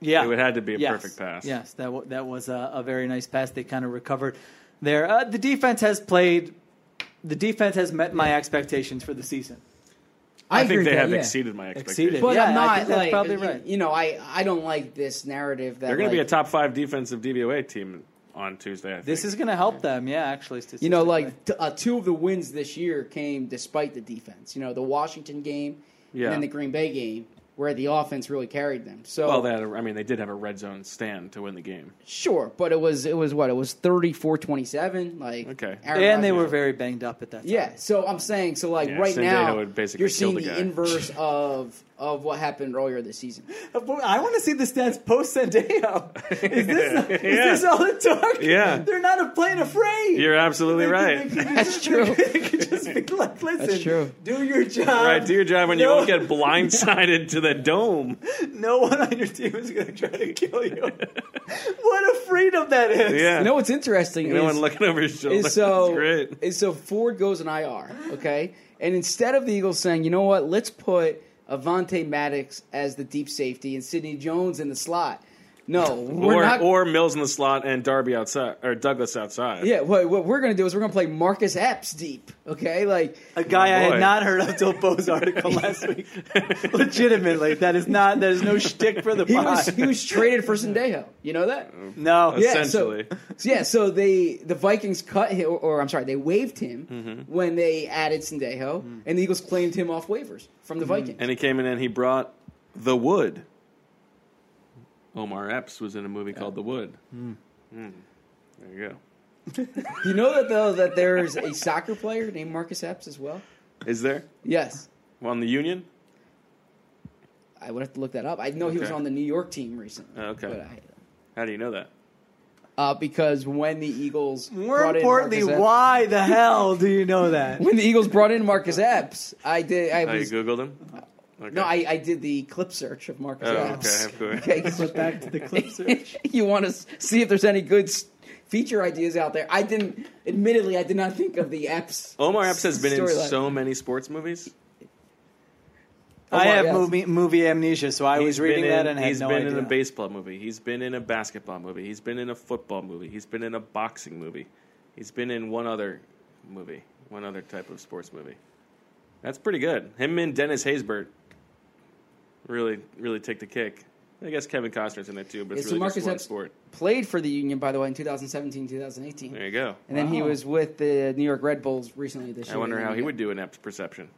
Yeah,
It would had to be a perfect pass.
Yes, that w- that was a, a very nice pass. They kind of recovered there. Uh, the defense has played. The defense has met my expectations for the season.
I,
agree
think they
with that,
have
yeah.
exceeded my
Exceeded.
expectations.
But
Yeah, I
I'm not
think that's
like
probably
you-
right.
You know, I I don't like this narrative that
They're going to be a
like,
top five defensive DVOA team on Tuesday. I think.
This is going to help them. Yeah, actually,
You know,
statistically.
like t- uh, two of the wins this year came despite the defense. You know, the Washington game
Yeah.
and then the Green Bay game, where the offense really carried them. So
well, they had a, I mean, they did have a red zone stand to win the game.
sure, but it was it was what it was 34-27, Like
Okay.
Aaron
and they
Rodgers-
were very banged up at that. Time.
Yeah, so I'm saying so like
Yeah,
right
Sandejo
now
would basically
you're
kill
seeing
the
the,
guy.
inverse of of what happened earlier this season.
I want to see the stats post Sandeo. Is this is
Yeah.
this all it took?
Yeah.
they're not playing afraid.
You're absolutely
They-
right.
they- they-
That's
they-
true.
They could just be like, listen,
true.
do your job.
Right, do your job and you
No-
won't get blindsided to the dome.
No one on your team is going to try to kill you. what a freedom that is.
Yeah.
You know what's interesting
no
is-
one looking over his shoulder.
is so
That's great.
is so Ford goes an IR, okay? And instead of the Eagles saying, you know what, let's put Avante Maddox as the deep safety and Sidney Jones in the slot. No, we're
Or,
not.
or Mills in the slot and Darby outside or Douglas outside.
yeah, what, what we're gonna do is we're gonna play Marcus Epps deep, okay? Like
A guy I
boy.
had not heard of till Bo's article last week. Legitimately, that is not that is no shtick for the
he was
pod.
he was traded for Sendejo. You know that?
no,
Yeah.
so-
Mm-hmm. Essentially.
so, yeah, so they the Vikings cut him, or, or I'm sorry, they waived him
Mm-hmm.
when they added Sendejo, and the Eagles claimed him off waivers from the
Mm-hmm.
Vikings.
And he came in and he brought The Wood. Omar Epps was in a movie called The Wood.
Hmm.
Mm. There you go.
You know that though that there's a soccer player named Marcus Epps as well.
Is there?
Yes,
On the Union?
I would have to look that up. I know he was
Okay.
on the New York team recently.
Oh, okay.
but I,
How do you know that?
uh, because when the Eagles
more
brought in
importantly,
Marcus Epps-
why the hell do you know that?
when the Eagles brought in Marcus Epps, I did. I
Oh, you
was
Googled him? Okay.
no, I, I did the clip search of Marcus
Oh, okay,
Epps.
of course.
Okay,
Flip back to the clip search.
you want to see if there's any good s- feature ideas out there? I didn't. Admittedly, I did not think of the Epps.
Omar Epps has been in
storyline.
so many sports movies.
I have
yes.
movie movie amnesia, so I was
He's
reading
been
that
in-
and had
he's
no
been
idea.
in a baseball movie. He's been in a basketball movie. He's been in a football movie. He's been in a boxing movie. He's been in one other movie, one other type of sports movie. That's pretty good. Him and Dennis Haysbert really, really take the cake. I guess Kevin Costner's in there too, but
Yeah,
it's
so
really
Marcus
just one
Epps-
sport.
Played for the Union, by the way, in 2017, 2018.
There you go.
And then he was with the New York Red Bulls recently this
I
year.
wonder how he would do in Epps perception.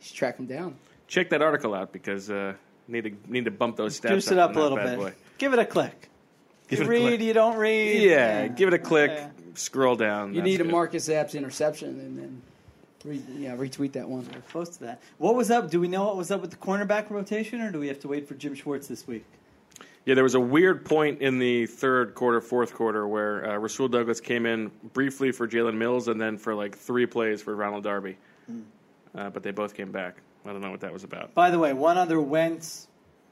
Just track him down.
Check that article out because uh, need to need to bump those stats.
Juice it
on
up a
that
little
bad
bit.
boy.
Give it a click.
Give
you
it a
read,
click.
you don't read.
Yeah, give it a click.
Yeah.
Scroll down.
You
That's
need a
good.
Marcus Epps interception and then re- yeah, retweet that one.
Close to that. What was up? Do we know what was up with the cornerback rotation, or do we have to wait for Jim Schwartz this week?
Yeah, there was a weird point in the third quarter, fourth quarter, where uh, Rasul Douglas came in briefly for Jalen Mills and then for like three plays for Ronald Darby.
Hmm.
Uh, but they both came back. I don't know what that was about.
By the way, one other Wentz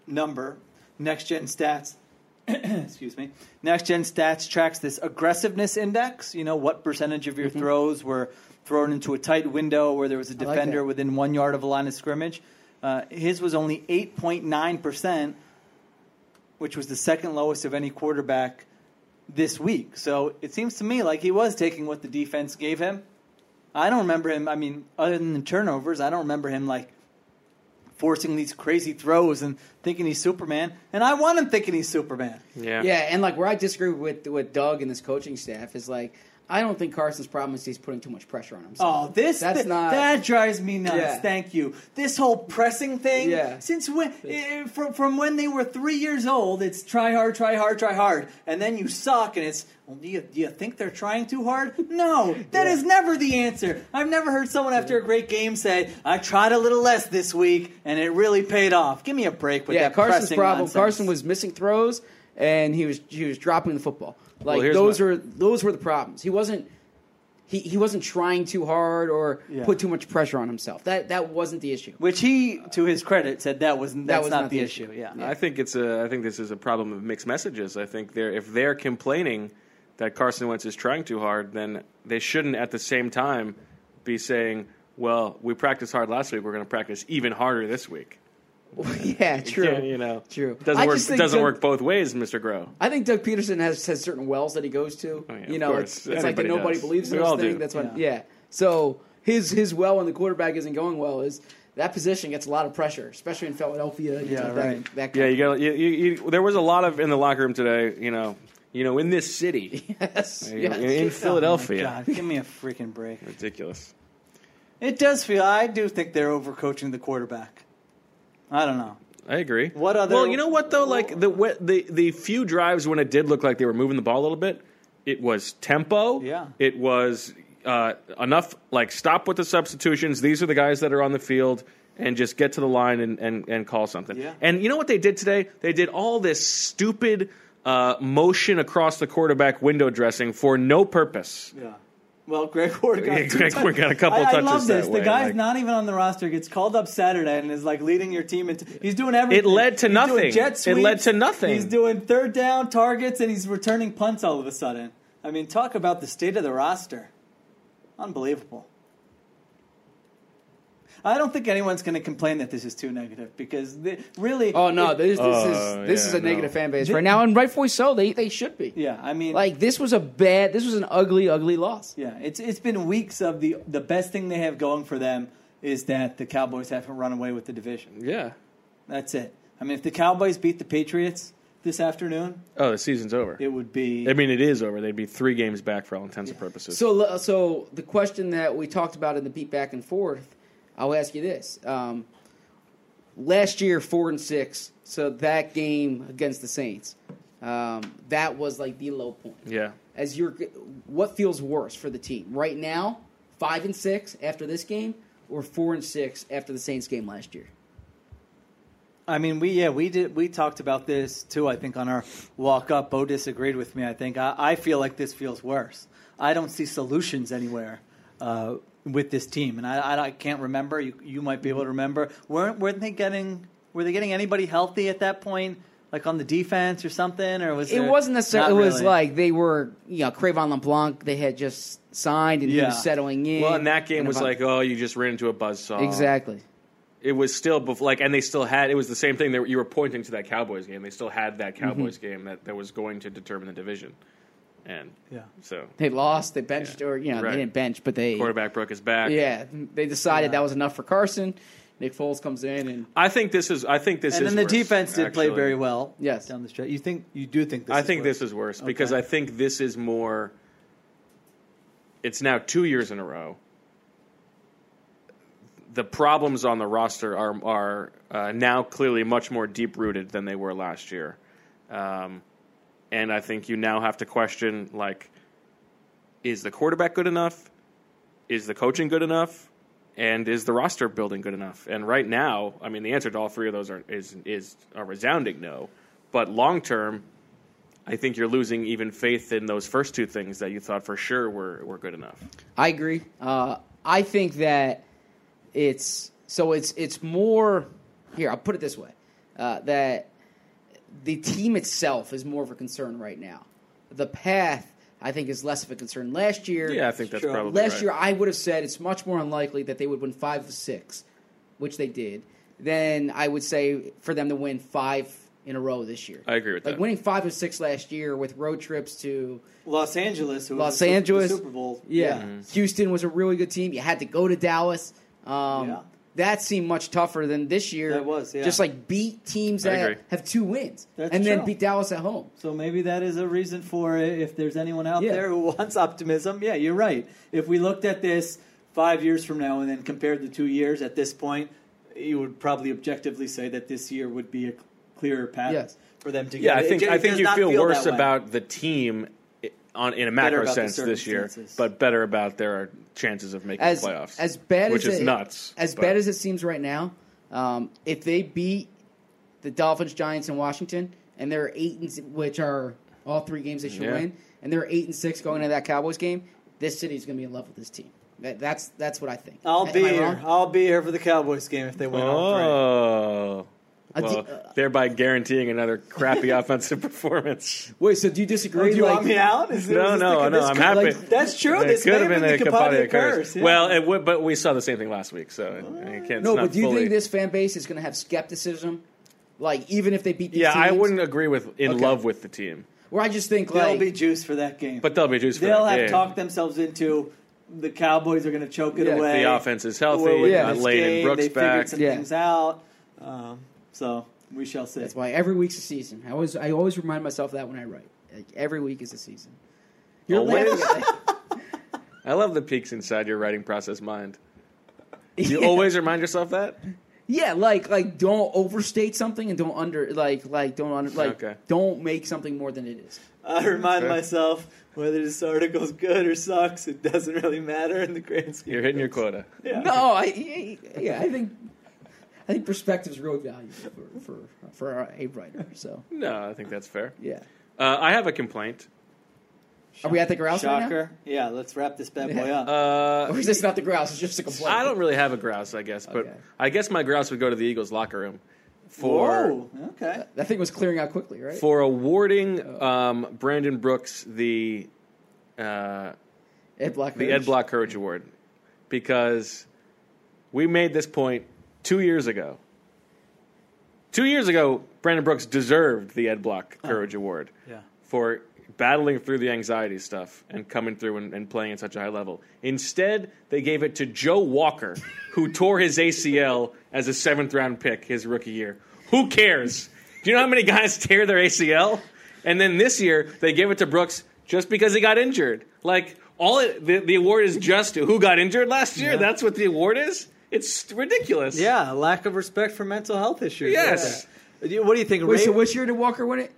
number, next gen stats. excuse me. Next gen stats tracks this aggressiveness index. You know what percentage of your throws were thrown into a tight window where there was a
Mm-hmm. like
defender
that.
within one yard of a line of scrimmage. Uh, his was only eight point nine percent, which was the second lowest of any quarterback this week. So it seems to me like he was taking what the defense gave him. I don't remember him. I mean, other than the turnovers, I don't remember him like forcing these crazy throws and thinking he's Superman. And I want him thinking he's Superman.
Yeah.
Yeah, and like where I disagree with with Doug and this coaching staff is like I don't think Carson's problem is he's putting too much pressure on himself.
Oh, this
That's
thi-
not-
that drives me nuts.
Yeah.
Thank you. This whole pressing thing.
Yeah.
Since when? eh, From, from when they were three years old, it's try hard, try hard, try hard, and then you suck, and it's. Well, do you do you think they're trying too hard? No, that is never the answer. I've never heard someone after a great game say, "I tried a little less this week, and it really paid off." Give me a break with
yeah,
that.
Carson's
pressing
problem.
nonsense.
Carson was missing throws and he was he was dropping the football. Like
here's
those
my-
are those were the problems. He wasn't he, he wasn't trying too hard or
Yeah.
put too much pressure on himself. That that wasn't the issue.
Which he, to his credit, said that was that's
was
not, the, issue. Yeah.
I think it's a. I think this is a problem of mixed messages. I think they're if they're complaining that Carson Wentz is trying too hard, then they shouldn't at the same time be saying, "Well, we practiced hard last week. We're going to practice even harder this week."
yeah, true.
Yeah, you know,
True.
Doesn't
I
work.
just think
Doesn't
Doug-
work both ways, Mister Grow.
I think Doug Peterson has has certain wells that he goes to.
Oh, yeah,
you
of
know,
course.
it's, it's like that
Everybody
nobody
does.
believes in
We
this
all
thing.
do.
That's what, yeah.
Yeah.
So his his well when the quarterback isn't going well is that position gets a lot of pressure, especially in Philadelphia. you
Yeah,
know,
right.
That, that
Yeah,
kind
you got. You, you, you, there was a lot of in the locker room today. You know, you know, in this city,
of- yes,
you know, in,
yes.
in Philadelphia,
Oh God, give me a freaking break.
ridiculous.
It does feel. I do think they're overcoaching the quarterback. I don't know.
I agree.
What other-
Well, you know what though? Like the wh- the the few drives when it did look like they were moving the ball a little bit, it was tempo.
Yeah.
It was uh, enough. Like stop with the substitutions. These are the guys that are on the field, and just get to the line and and, and call something.
Yeah.
And you know what they did today? They did all this stupid. Uh, motion across the quarterback window dressing for no purpose.
Yeah. Well, Greg Ward got,
Yeah,
two
Greg
tou-
Ward got a couple
I, I
touches
love this.
that
the
way,
guy's
like-
not even on the roster. Gets called up Saturday and is like leading your team. Into, he's doing everything.
It led to
He's doing
nothing.
jet
It led
sweeps.
to nothing.
He's doing third down targets and he's returning punts all of a sudden. I mean, talk about the state of the roster. Unbelievable. I don't think anyone's going to complain that this is too negative because they, really,
Oh no, this this
Uh,
is this
yeah,
is a
no.
negative fan base right now, and rightfully so. They they should be.
yeah. I mean,
Like this was a bad. This was an ugly, ugly loss.
Yeah, it's it's been weeks of the the best thing they have going for them is that the Cowboys haven't run away with the division.
Yeah.
That's it. I mean, if the Cowboys beat the Patriots this afternoon,
Oh, the season's over.
it would be
I mean, it is over. They'd be three games back for all intents and purposes.
So, l- so the question that we talked about in the beat back and forth, I'll ask you this: um, Last year, four and six, so that game against the Saints, um, that was like the low point.
yeah.
As you're, what feels worse for the team right now? Five and six after this game, or four and six after the Saints game last year?
I mean, we yeah we did we talked about this too. I think on our walk up, Bo disagreed with me. I think I, I feel like this feels worse. I don't see solutions anywhere uh, with this team, and I, I, I can't remember. You, you might be able to remember. weren't weren't they getting were they getting anybody healthy at that point, like on the defense or something, or was
It
there-
wasn't necessarily.
Not
It was
really.
like they were, you know, Cravon LeBlanc. They had just signed and he
Yeah.
was settling in.
Well, and that game
And
was
about-
like, oh, you just ran into a buzzsaw.
exactly.
It was still bef- like, and they still had. It was the same thing. They were, you were pointing to that Cowboys game. They still had that
Mm-hmm.
Cowboys game that, that was going to determine the division. And
Yeah.
so
They lost. They benched,
Yeah.
or you know,
Right.
they didn't bench, but they
quarterback broke his back.
yeah, they decided
Yeah.
that was enough for Carson. Nick Foles comes in, and
I think this is. I think this
and
is.
then the
worse,
defense did play
actually.
very well.
Yes.
down the stretch. You think you do think this?
I
is
think
worse.
this is worse because
Okay.
I think this is more. It's now two years in a row. The problems on the roster are are uh, now clearly much more deep rooted than they were last year, um, and I think you now have to question like, is the quarterback good enough? Is the coaching good enough? And is the roster building good enough? And right now, I mean, the answer to all three of those are is is a resounding no. But long term, I think you're losing even faith in those first two things that you thought for sure were, were good enough.
I agree. Uh, I think that it's so it's it's more here. I'll put it this way: uh, that the team itself is more of a concern right now. The path, I think, is less of a concern. Last year,
Yeah, I think that's
Sure.
probably
Last
right.
year, I would have said it's much more unlikely that they would win five to six, which they did. Then I would say for them to win five in a row this year.
I agree with
like
that.
winning five of six last year with road trips to
Los Angeles, who was
Los
the Super- the
Angeles,
Super Bowl, Mm-hmm.
Yeah, Houston was a really good team. You had to go to Dallas. Um,
Yeah.
That seemed much tougher than this year.
That was, yeah.
Just like beat teams
I
that
agree.
have two wins
That's
and then
true.
beat Dallas at home.
So maybe that is a reason for it. if there's anyone out
Yeah.
there who wants optimism. Yeah, you're right. If we looked at this five years from now and then compared the two years at this point, you would probably objectively say that this year would be a clearer path
Yes.
for them to get.
Yeah, I
it. It
think
ju-
I
it
think
does
you
not
feel, worse
that way.
about the team i- on in a macro
about the
sense this year,
circumstances.
but better about their chances of making
As
the playoffs.
as bad
which
as
is
it-
nuts.
As
but-
bad as it seems right now, um, if they beat the Dolphins, Giants, and Washington, and they're eight and s- which are all three games they should
Yeah.
win, and they're eight and six going into that Cowboys game, this city's going to be in love with this team. That, that's that's what I think.
I'll
Am
be
I
here.
wrong?
I'll be here for the Cowboys game if they win. all
oh.
I
Well,
di- uh,
thereby guaranteeing another crappy offensive performance.
Wait, so do you
three.
disagree?
Do you
like-
want me out? Is
No,
is
no,
the-
no,
this
I'm
could-
happy.
like, that's true.
It
this could
could've
have been, the Capadia curse. yeah.
Well, it would, but we saw the same thing last week, so it can't.
No,
it's not
but do you
fully-
think this fan base is going to have skepticism? Like, even if they beat these
Yeah, I
teams?
wouldn't agree with in
Okay.
love with the team,
Or I just think,
there'll
like,
be juice for that game.
but they'll be juiced for
They'll
that
have
game.
talked themselves into the Cowboys are going to choke it
Yeah.
away.
The offense is healthy.
We're winning
Yeah.
Not
this
Lane
game.
and Brooks
they
back.
figured some
Yeah.
things out. Um, so we shall see.
that's why every week's a season. I always, I always remind myself that when I write. Like, every week is a season. You're
Always?
laughing at that.
I love the peaks inside your writing process mind. You always remind yourself that?
Yeah, like, like don't overstate something and don't under, like, like don't under, like,
Okay.
don't make something more than it is.
I remind myself whether this article's good or sucks, it doesn't really matter in the grand scheme.
You're hitting your quota.
Yeah.
No, I, yeah, I think, I think perspective is really valuable for for for a writer. So
No, I think that's fair.
yeah,
Uh, I have a complaint.
are we at the grouse right now?
Shocker. Yeah, let's wrap this bad boy
Yeah.
up.
Uh,
Or is this not the grouse? It's just a complaint.
I don't really have a grouse, I guess, but
Okay.
I guess my grouse would go to the Eagles' locker room for
Whoa. Okay.
That thing was clearing out quickly, right?
for awarding um, Brandon Brooks the uh,
Ed Block.
the Ed Block Courage Award because we made this point two years ago. Two years ago, Brandon Brooks deserved the Ed Block Courage Award
Yeah.
for battling through the anxiety stuff and coming through and, and playing at such a high level. Instead, they gave it to Joe Walker, who tore his ACL as a seventh round pick his rookie year. Who cares? Do you know how many guys tear their ACL? And then this year, they gave it to Brooks just because he got injured. Like, all it, the, the award is just who got injured last year. That's what the award is? It's ridiculous.
Yeah, lack of respect for mental health issues.
Yes.
Yeah. Do you- What do you think?
Wait, so
Raven-
which year did Walker win it?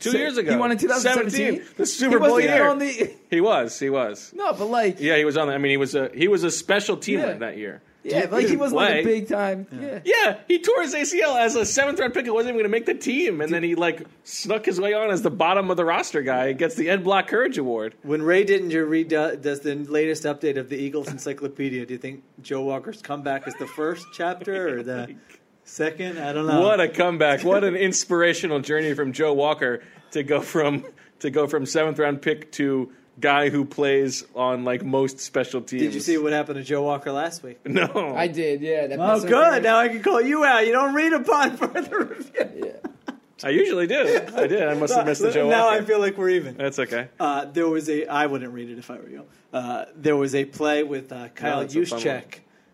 Two
So
years ago.
He won in 2017.
17, The
he
Super
wasn't
Bowl
even
year.
on the-
he was. He was.
no, but like, yeah,
Yeah, he was on. The, I mean, he was a he was a special teamer
Yeah.
that year.
but like he wasn't like a
play.
big time. Yeah.
Yeah, he tore his ACL as a seventh round pick. It wasn't even going to make the team, and then he like snuck his way on as the bottom of the roster guy. and Gets the Ed Block Courage Award.
When Ray Didinger redo- does the latest update of the Eagles Encyclopedia, do you think Joe Walker's comeback is the first chapter or the second? I don't know.
What a comeback! What an inspirational journey from Joe Walker to go from to go from seventh round pick to guy who plays on like most special teams.
Did you see what happened to Joe Walker last week?
No,
I did. Yeah. That
Oh,
that's
good. Now I can call you out. You don't read upon further review.
I usually do. I did. I must have missed the Joe
now
Walker.
I feel like we're even.
That's okay.
Uh, there was a. I wouldn't read it if I were you. Uh, there was a play with uh, Kyle
that's a fun
Juszczyk,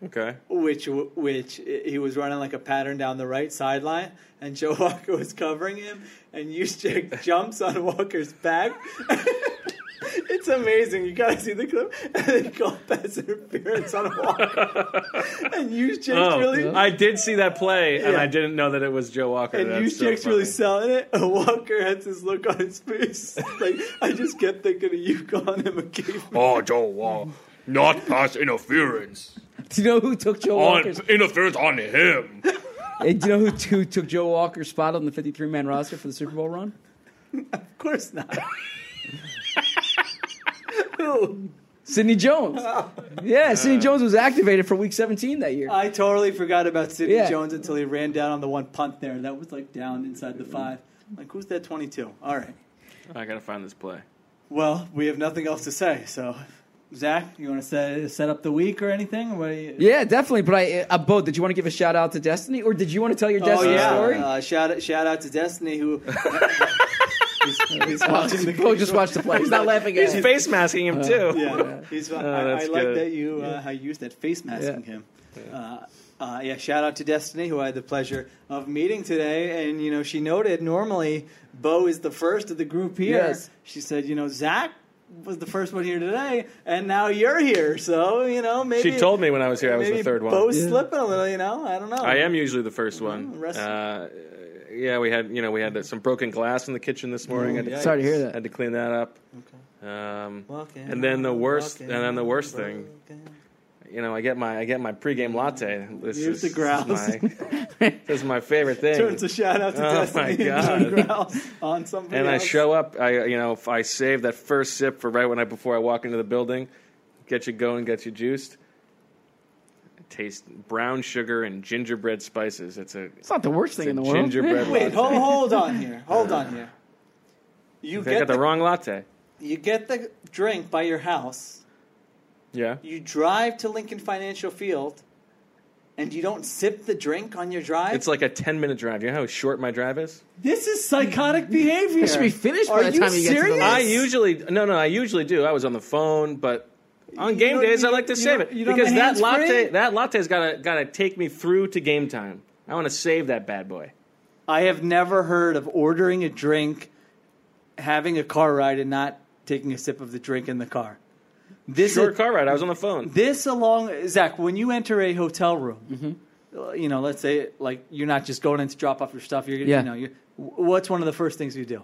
Okay.
which w- which i- he was running like a pattern down the right sideline, and Joe Walker was covering him, and Juszczyk jumps on Walker's back. It's amazing. You gotta see the clip. And they call pass interference on Walker. and Juszczyk's
Oh,
really
I did see that play, and
Yeah.
I didn't know that it was Joe Walker.
And
That's so
Juszczyk's really
funny.
selling it. And Walker has this look on his face. like, I just kept thinking of you calling him a gay man.
Oh, Joe Wall. Not pass interference.
Do you know who took Joe
On
Walker's?
interference on him.
Hey, do you know who, who took Joe Walker's spot on the 53 man roster for the Super Bowl run?
Of course not.
Sidney Jones. Yeah, Sidney Jones was activated for Week 17 that year.
I totally forgot about Sidney
Yeah.
Jones until he ran down on the one punt there. That was like down inside the five. Like, who's that 22? All right.
I gotta find this play.
Well, we have nothing else to say, so Zach, you want to set, set up the week or anything? What do you,
Yeah, definitely. But I, uh, Bo, did you want to give a shout out to Destiny, or did you want to tell your Destiny story?
Uh, shout shout out to Destiny who he's, he's watching the
Bo just watched the play. He's not laughing at
He's
it.
face masking him too.
Uh, Yeah, he's, I, I
Oh, that's
like
good.
that you uh, how you used that face masking
Yeah.
him. Uh, uh, yeah, shout out to Destiny, who I had the pleasure of meeting today, and you know she noted normally Bo is the first of the group here.
Yes.
She said, you know Zach was the first one here today, and now you're here, so you know maybe
She told me when I was here I was
maybe
the third one.
Bo's slipping a little, you know. I don't know.
I am usually the first one.
rest-
Uh, yeah, we had you know we had some broken glass in the kitchen this morning. I had
yeah.
Sorry to hear that.
Had to clean that up. Um,
Walking,
and then the worst,
walking,
and then the worst thing,
walking.
you know, I get my I get my pregame latte. This
Here's
is
the grouse.
This is my, this is my favorite thing.
Turns a shout out to
Oh,
Destiny
my
and John
God.
Grouse on something.
and I
else.
show up. I you know if I save that first sip for right when I before I walk into the building, get you going, get you juiced. Taste brown sugar and gingerbread spices. It's a,
It's not the worst thing in the
it's a
world.
gingerbread.
Wait,
latte.
hold, hold on here. Hold on here. You
They got
get
the
the,
wrong latte.
you get the drink by your house.
Yeah.
You drive to Lincoln Financial Field, and you don't sip the drink on your drive.
It's like a 10 minute drive. You know how short my drive is?
this is psychotic behavior.
should be finished by
Are
the
you
time you get to the
serious?
Yes.
I usually, no, no, I usually do. I was on the phone, but on
You
game
don't-
days,
you
I like to
don't- you
save
don't-
it.
you don't
Because
have
that
hands free?
latte, that latte's got to gotta take me through to game time. I want to save that bad boy.
I have never heard of ordering a drink, having a car ride, and not taking a sip of the drink in the car. This
Short
is,
car ride. I was on the phone.
this along Zach, when you enter a hotel room,
Mm-hmm.
uh, you know, let's say like you're not just going in to drop off your stuff. You're
Yeah.
you know, you're, wh- what's one of the first things you do?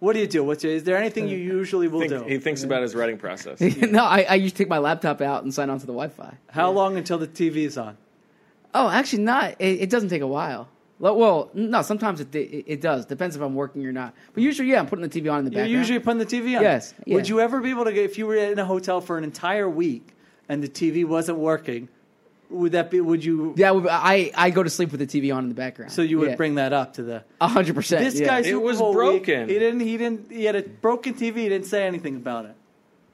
What do you do? What's is there anything you usually will
Think- he
do?
thinks about his writing process.
no, I, I used to take my laptop out and sign on to the Wi-Fi.
How long until the TV is on?
Oh, actually, not. It, it doesn't take a while. Lo- Well, no, sometimes it, it it does. Depends if I'm working or not. But usually, yeah, I'm putting the TV on in the
You're
background.
usually putting the TV on.
Yes, yeah.
Would you ever be able to get if you were in a hotel for an entire week and the TV wasn't working? Would that be? Would you?
yeah, well, I I go to sleep with the TV on in the background.
So you would
Yeah.
bring that up to the
a hundred percent.
This
yeah.
guy
It
Super
was
Bowl week,
broken.
he didn't. He didn't. He had a broken TV. He didn't say anything about it.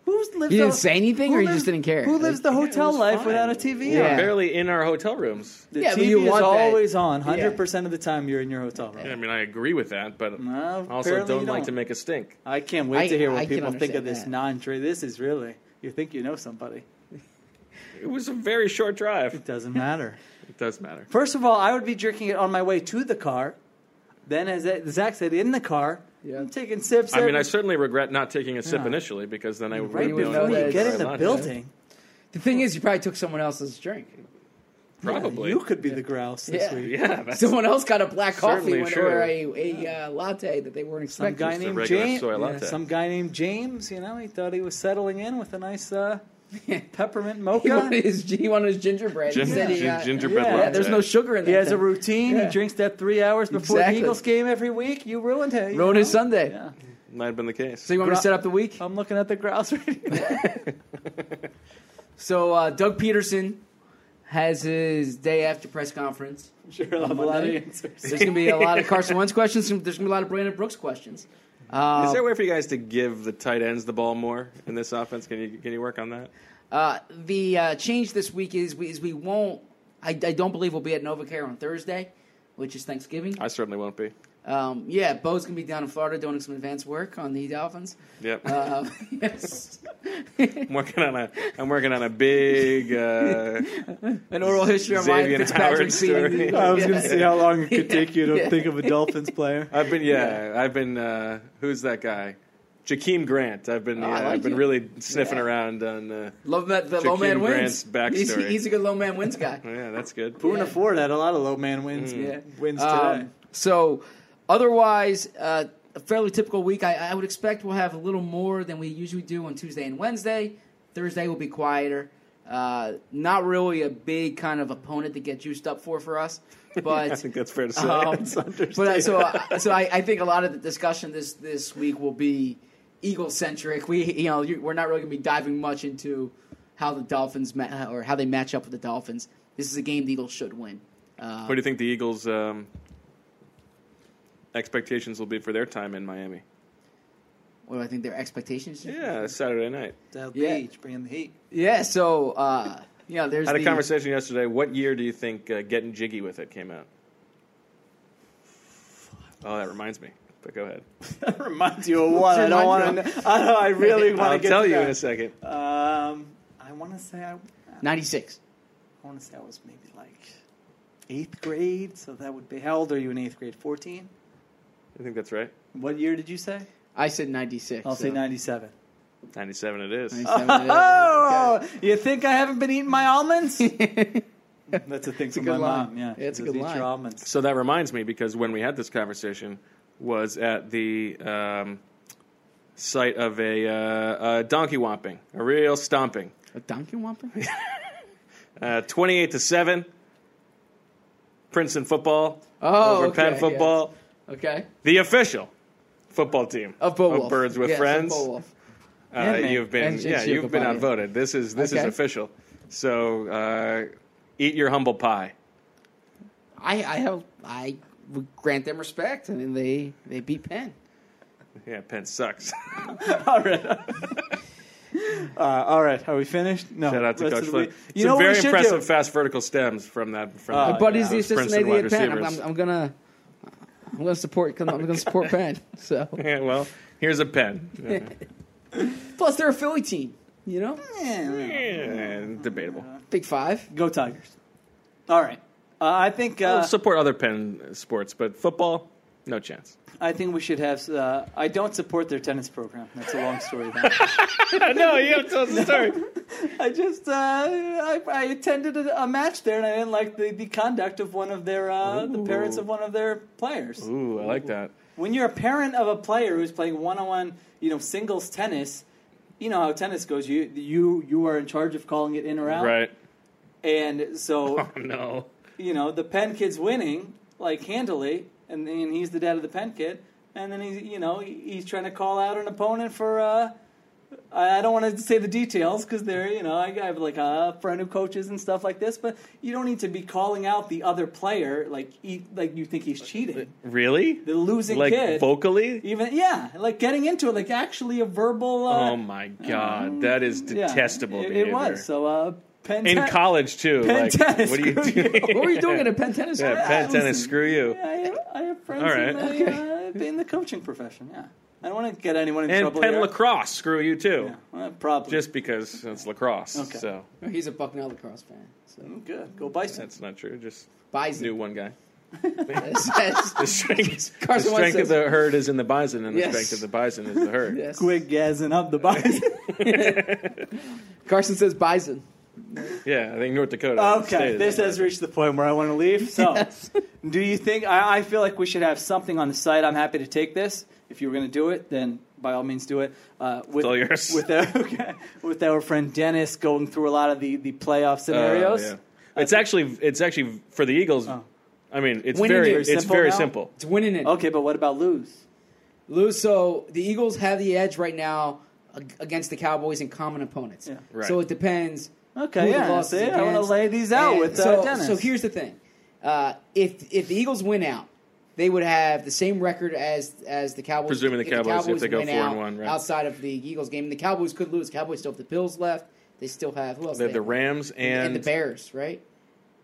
Who's lives?
You didn't
the-
say anything,
who
or you
lives-
just didn't care?
Who lives
Like,
the hotel
was
life
fine.
without a TV?
Yeah.
on?
Barely in our hotel rooms.
The
Yeah, but
TV
you
is
want that.
always on, hundred percent of the time you're in your hotel room.
I mean, I agree with that, but
No,
also
apparently
don't,
you
like
don't.
to make a stink.
I can't wait
I-
to hear
I
what
can
people think of
understand
this
that.
non-trade. This is really. You think you know somebody?
It was a very short drive.
It doesn't matter.
It does matter.
First of all, I would be drinking it on my way to the car. Then, as Zach said, in the car, I'm taking sips.
I mean, I
every-
certainly regret not taking a sip initially because then I would
right
you would
known
know
before
it
you
was
that
get
very
in the
much.
building.
the thing is, you probably took someone else's drink.
Probably.
You could be the grouse this
Yeah.
week.
yeah, that's
Someone else got a black
Certainly
coffee when,
true.
or a, a uh, latte that they weren't
Some
expecting.
guy
a
named
regular
James.
soy
yeah,
latte.
some guy named James. You know, he thought he was settling in with a nice uh, peppermint mocha.
he, wanted his, he wanted his gingerbread. He
Gin-
said he
gin-
got-
gingerbread
yeah,
latte.
Yeah, there's no sugar in that.
He has a
thing.
routine.
Yeah.
He drinks that three hours before
Exactly.
the Eagles game every week. You ruined him. you
ruined his
know?
Sunday.
Yeah.
Might have been the case.
So you want me to set up the week?
I'm looking at the grouse right now.
So uh, Doug Peterson has his day after press conference.
sure, I'll have a lot of answers.
There's gonna be a lot of Carson Wentz questions. and There's gonna be a lot of Brandon Brooks questions.
Is there a way for you guys to give the tight ends the ball more in this offense? Can you can you work on that?
Uh, the uh, change this week is we, is we won't. I, I don't believe we'll be at NovaCare on Thursday, which is Thanksgiving.
I certainly won't be.
Um, yeah, Bo's gonna be down in Florida doing some advanced work on the Dolphins.
Yep.
Uh,
Um, yes,
I'm working on a I'm working on a big uh,
an oral history on Ryan
Xavier
Fitzpatrick
Howard story.
scene.
I was going
Yeah.
to see how long it could take you to think of a Dolphins player.
I've been yeah, I've been uh, who's that guy? Jakeem Grant. I've been
Oh,
yeah,
I like
I've been
him.
really sniffing
Yeah.
around on uh,
Love that the low
Jakeem
man
Grant's
wins. He's,
backstory.
he's a good low man wins guy.
yeah, that's good.
Boone Ford had a lot of low man wins.
Yeah.
Mm. Wins today.
Um, so, otherwise, uh, a fairly typical week. I, I would expect we'll have a little more than we usually do on Tuesday and Wednesday. Thursday will be quieter. Uh, not really a big kind of opponent to get juiced up for for us,
I
but
think that's fair to say.
um, but I, so I- so I, I think a lot of the discussion this this week will be Eagle centric. We you know you, we're not really going to be diving much into how the Dolphins ma- or how they match up with the Dolphins. This is a game the Eagles should win.
what do you think the Eagles um, expectations will be for their time in Miami?
what do I think their expectations?
Yeah, it's Saturday night.
South
Yeah.
Beach, bringing the heat.
Yeah. So uh, you know, there's
I had a
the-
conversation yesterday. What year do you think uh, Getting Jiggy with It came out? Oh, that reminds me. But go ahead.
That reminds you of what? I don't want to. I, don't- I really want
I'll
to get.
tell
to
you in a
that.
second.
Um, I want to say I, I
96.
want to say I was maybe like eighth grade. So that would be how old are you in eighth grade? Fourteen.
I think that's right.
What year did you say?
I said 96.
I'll say
so-
ninety-seven.
97 it is.
97 it is.
Oh, you think I haven't been eating my almonds? That's a thing from
good
my
line.
mom. Yeah,
Yeah, it's a
Just
good
eat
line.
Your almonds.
So that reminds me because when we had this conversation was at the um, site of a, uh, a donkey whomping, a real stomping.
A donkey whopper?
Uh, 28 to 7. Princeton football
Oh,
over
okay,
Penn
yeah.
football.
Okay.
The official football team
Of Beowulf.
Birds with
Yes, of
Friends.
Beowulf.
Uh,
man.
you've been
And- and
yeah,
Shield
you've been
Kapadia.
outvoted. This is this is
Okay.
official. So uh, eat your humble pie.
I I have I would grant them respect. I mean they they beat Penn.
Yeah, Penn sucks.
All right. uh, all right. Are we finished? No.
Shout out to
rest
Coach
of the
Flynn.
week.
You
You know
Some
what
very
we should
impressive
do?
fast vertical stems from that. From
Uh,
that-
But
Oh,
he's
those
the assistant
Princeton
AD
wide
at Penn. I'm,
receivers.
I'm, I'm gonna I'm gonna support I'm gonna support Penn. So
Yeah, well, here's a pen. Yeah,
plus they're a Philly team, you know?
yeah, debatable.
Uh,
Big five.
Go Tigers. All right. Uh, I think uh,
I'll support other Penn sports, but football, no chance.
I think we should have. Uh, I don't support their tennis program. That's a long story. though.
no, you have to tell us the story.
I just uh, I, I attended a, a match there, and I didn't like the, the conduct of one of their uh, the parents of one of their players.
Ooh, I like that.
When you're a parent of a player who's playing one on one, you know singles tennis, you know how tennis goes. You you you are in charge of calling it in or out,
Right.
And so
Oh, no.
you know the Penn kid's winning like handily, and then he's the dad of the Penn kid, and then he's you know he- he's trying to call out an opponent for. Uh, I I don't want to say the details because they're, you know, I I have like a friend who coaches and stuff like this, but you don't need to be calling out the other player like he, like you think he's cheating.
Really?
The losing
Like
kid,
vocally?
even yeah, like getting into it, like actually a verbal. Uh,
Oh my god, that is
Um, yeah,
detestable
It,
behavior.
it was so. Uh, Penn
in
Ten-
college too.
Penn
like,
tennis,
what are you
screw
doing?
What were you doing at a Penn tennis
Yeah,
court?
Penn tennis,
listen.
screw you.
Yeah, I have, I have friends
All
in,
right.
the, uh, in the coaching profession. Yeah, I don't want to get anyone in
And
trouble
Penn
here.
lacrosse, screw you too.
Yeah, well, probably.
Just because it's lacrosse,
Okay.
so
He's a Bucknell lacrosse fan. So
good. Go Bison.
that's not true. Just
Bison.
knew one guy.
That's- that's-
The strength, the
Carson Wentz
strength of
says-
the herd is in the bison, and the
Yes.
strength of the bison is the herd.
yes.
Quick gassing up the Bison.
Carson says bison.
Yeah, I think North Dakota.
okay,
stated
this
that.
has reached the point where I want to leave. So, do you think? I, I feel like we should have something on the site. I'm happy to take this. If you were going to do it, then by all means do it. Uh, with,
all yours.
With our, okay, with our friend Dennis going through a lot of the, the playoff
Uh,
scenarios.
yeah. It's actually, it's actually for the Eagles. I mean, it's
Winning
very,
is
it's
very simple
very
now.
simple.
It's winning it.
Okay, but what about lose?
Lou, so the Eagles have the edge right now ag- against the Cowboys and common opponents.
Yeah.
Right.
So it depends. who
Okay,
the
yeah,
loss is
see, I wanna
against.
lay these out
And
with, uh,
so,
Dennis.
So here's the thing: uh, if if the Eagles win out, they would have the same record as as the Cowboys.
Presuming the
if
Cowboys- if they go
win
four and
out
one, right.
outside of the Eagles game, the Cowboys could lose. Cowboys still have the Bills left. They still have who else?
They have
They
the Rams
and,
and,
the Bears, right?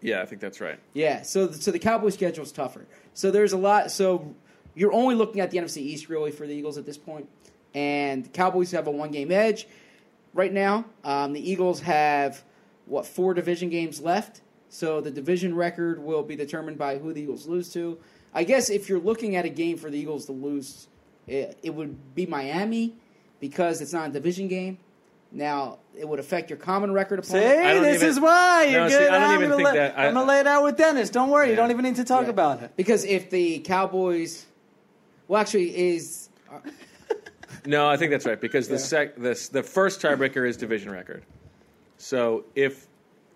yeah, I think that's right.
Yeah. So so the Cowboys schedule is tougher. So there's a lot. So you're only looking at the NFC East really for the Eagles at this point, and the Cowboys have a one game edge right now. Um, the Eagles have what four division games left. So the division record will be determined by who the Eagles lose to. I guess if you're looking at a game for the Eagles to lose, it, it would be Miami because it's not a division game. Now it would affect your common record
See,
opponent.
don't
this
even-
is why you're
No, see,
good.
I don't
am
even
gonna
think
lay,
that- I-
am gonna lay it out with Dennis. Don't worry, you
Yeah.
don't even need to talk
Yeah.
about it.
Because if the Cowboys, well, actually, is
No, I think that's right because the sec the s- the first tiebreaker is division record. So if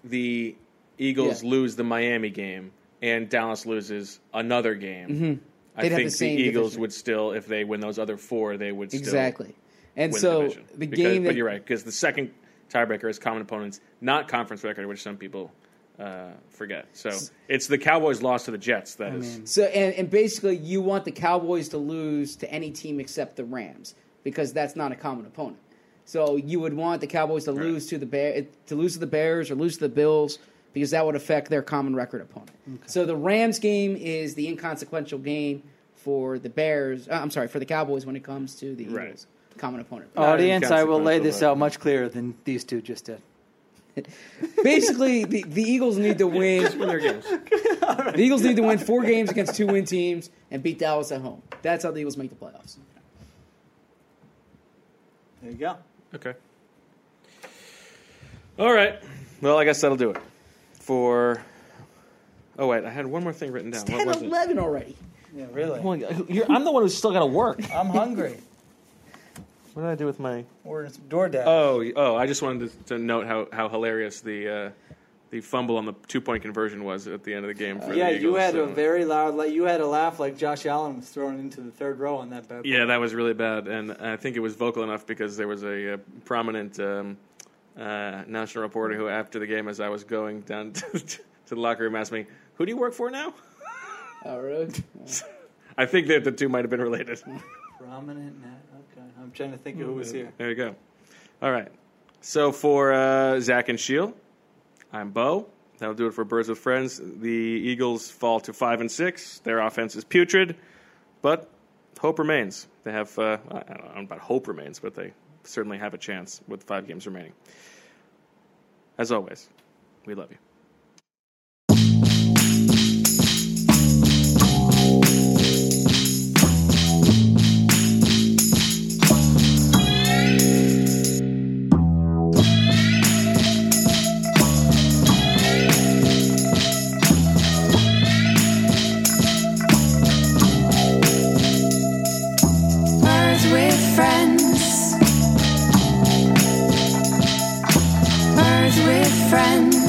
the Eagles
Yeah.
lose the Miami game and Dallas loses another game, I
Mm-hmm. They'd have
think
the
the,
same
Eagles
division.
would still, if they win those other four, they would still
exactly, and
win the
so the,
division. Because-
game.
but
that-
you're right because the second tiebreaker is common opponents, not conference record, which some people. Uh, forget. So it's the Cowboys' loss to the Jets. That
Oh,
is
So and, and basically, you want the Cowboys to lose to any team except the Rams because that's not a common opponent. So you would want the Cowboys to lose to the Bear, to lose to the Bears or lose to the Bills because that would affect their common record opponent. So the Rams game is the inconsequential game for the Bears. uh, I'm sorry, for the Cowboys when it comes to the Eagles
Right.
common opponent.
Audience, I will lay
inconsequential,
this
but-
out much clearer than these two just did.
Basically, the, the Eagles need to win.
Win their games.
The Eagles need to win four games against two win teams and beat Dallas at home. That's how the Eagles make the playoffs.
There you go.
Okay. All right. Well, I guess that'll do it for. Oh wait, I had one more thing written down. What
Ten
was it?
eleven already.
Yeah, really.
Come on, you're- I'm the one who's still got to work.
I'm hungry.
What did I do with my?
Or it's DoorDash.
Oh, oh! I just wanted to, to note how, how hilarious the uh, the fumble on the two point conversion was at the end of the game. For
yeah,
the
you
Eagles,
had a
so-
very loud. Like, you had a laugh like Josh Allen was thrown into the third row on that bad. boy.
Yeah, that was really bad, and I think it was vocal enough because there was a, uh prominent um, uh, national reporter who, after the game, as I was going down to, to the locker room, asked me, "Who do you work for now?"
Oh, really?
I think that the two might have been related.
Prominent. na- Okay, I'm trying to think of who was here.
There you go. All right. So for uh, Zach and Shield, I'm Bo. That'll do it for Birds with Friends. The Eagles fall to five and six. Their offense is putrid, but hope remains. They have uh, I I don't know about hope remains, but they certainly have a chance with five games remaining. As always, we love you.
Birds with friends. Birds with friends.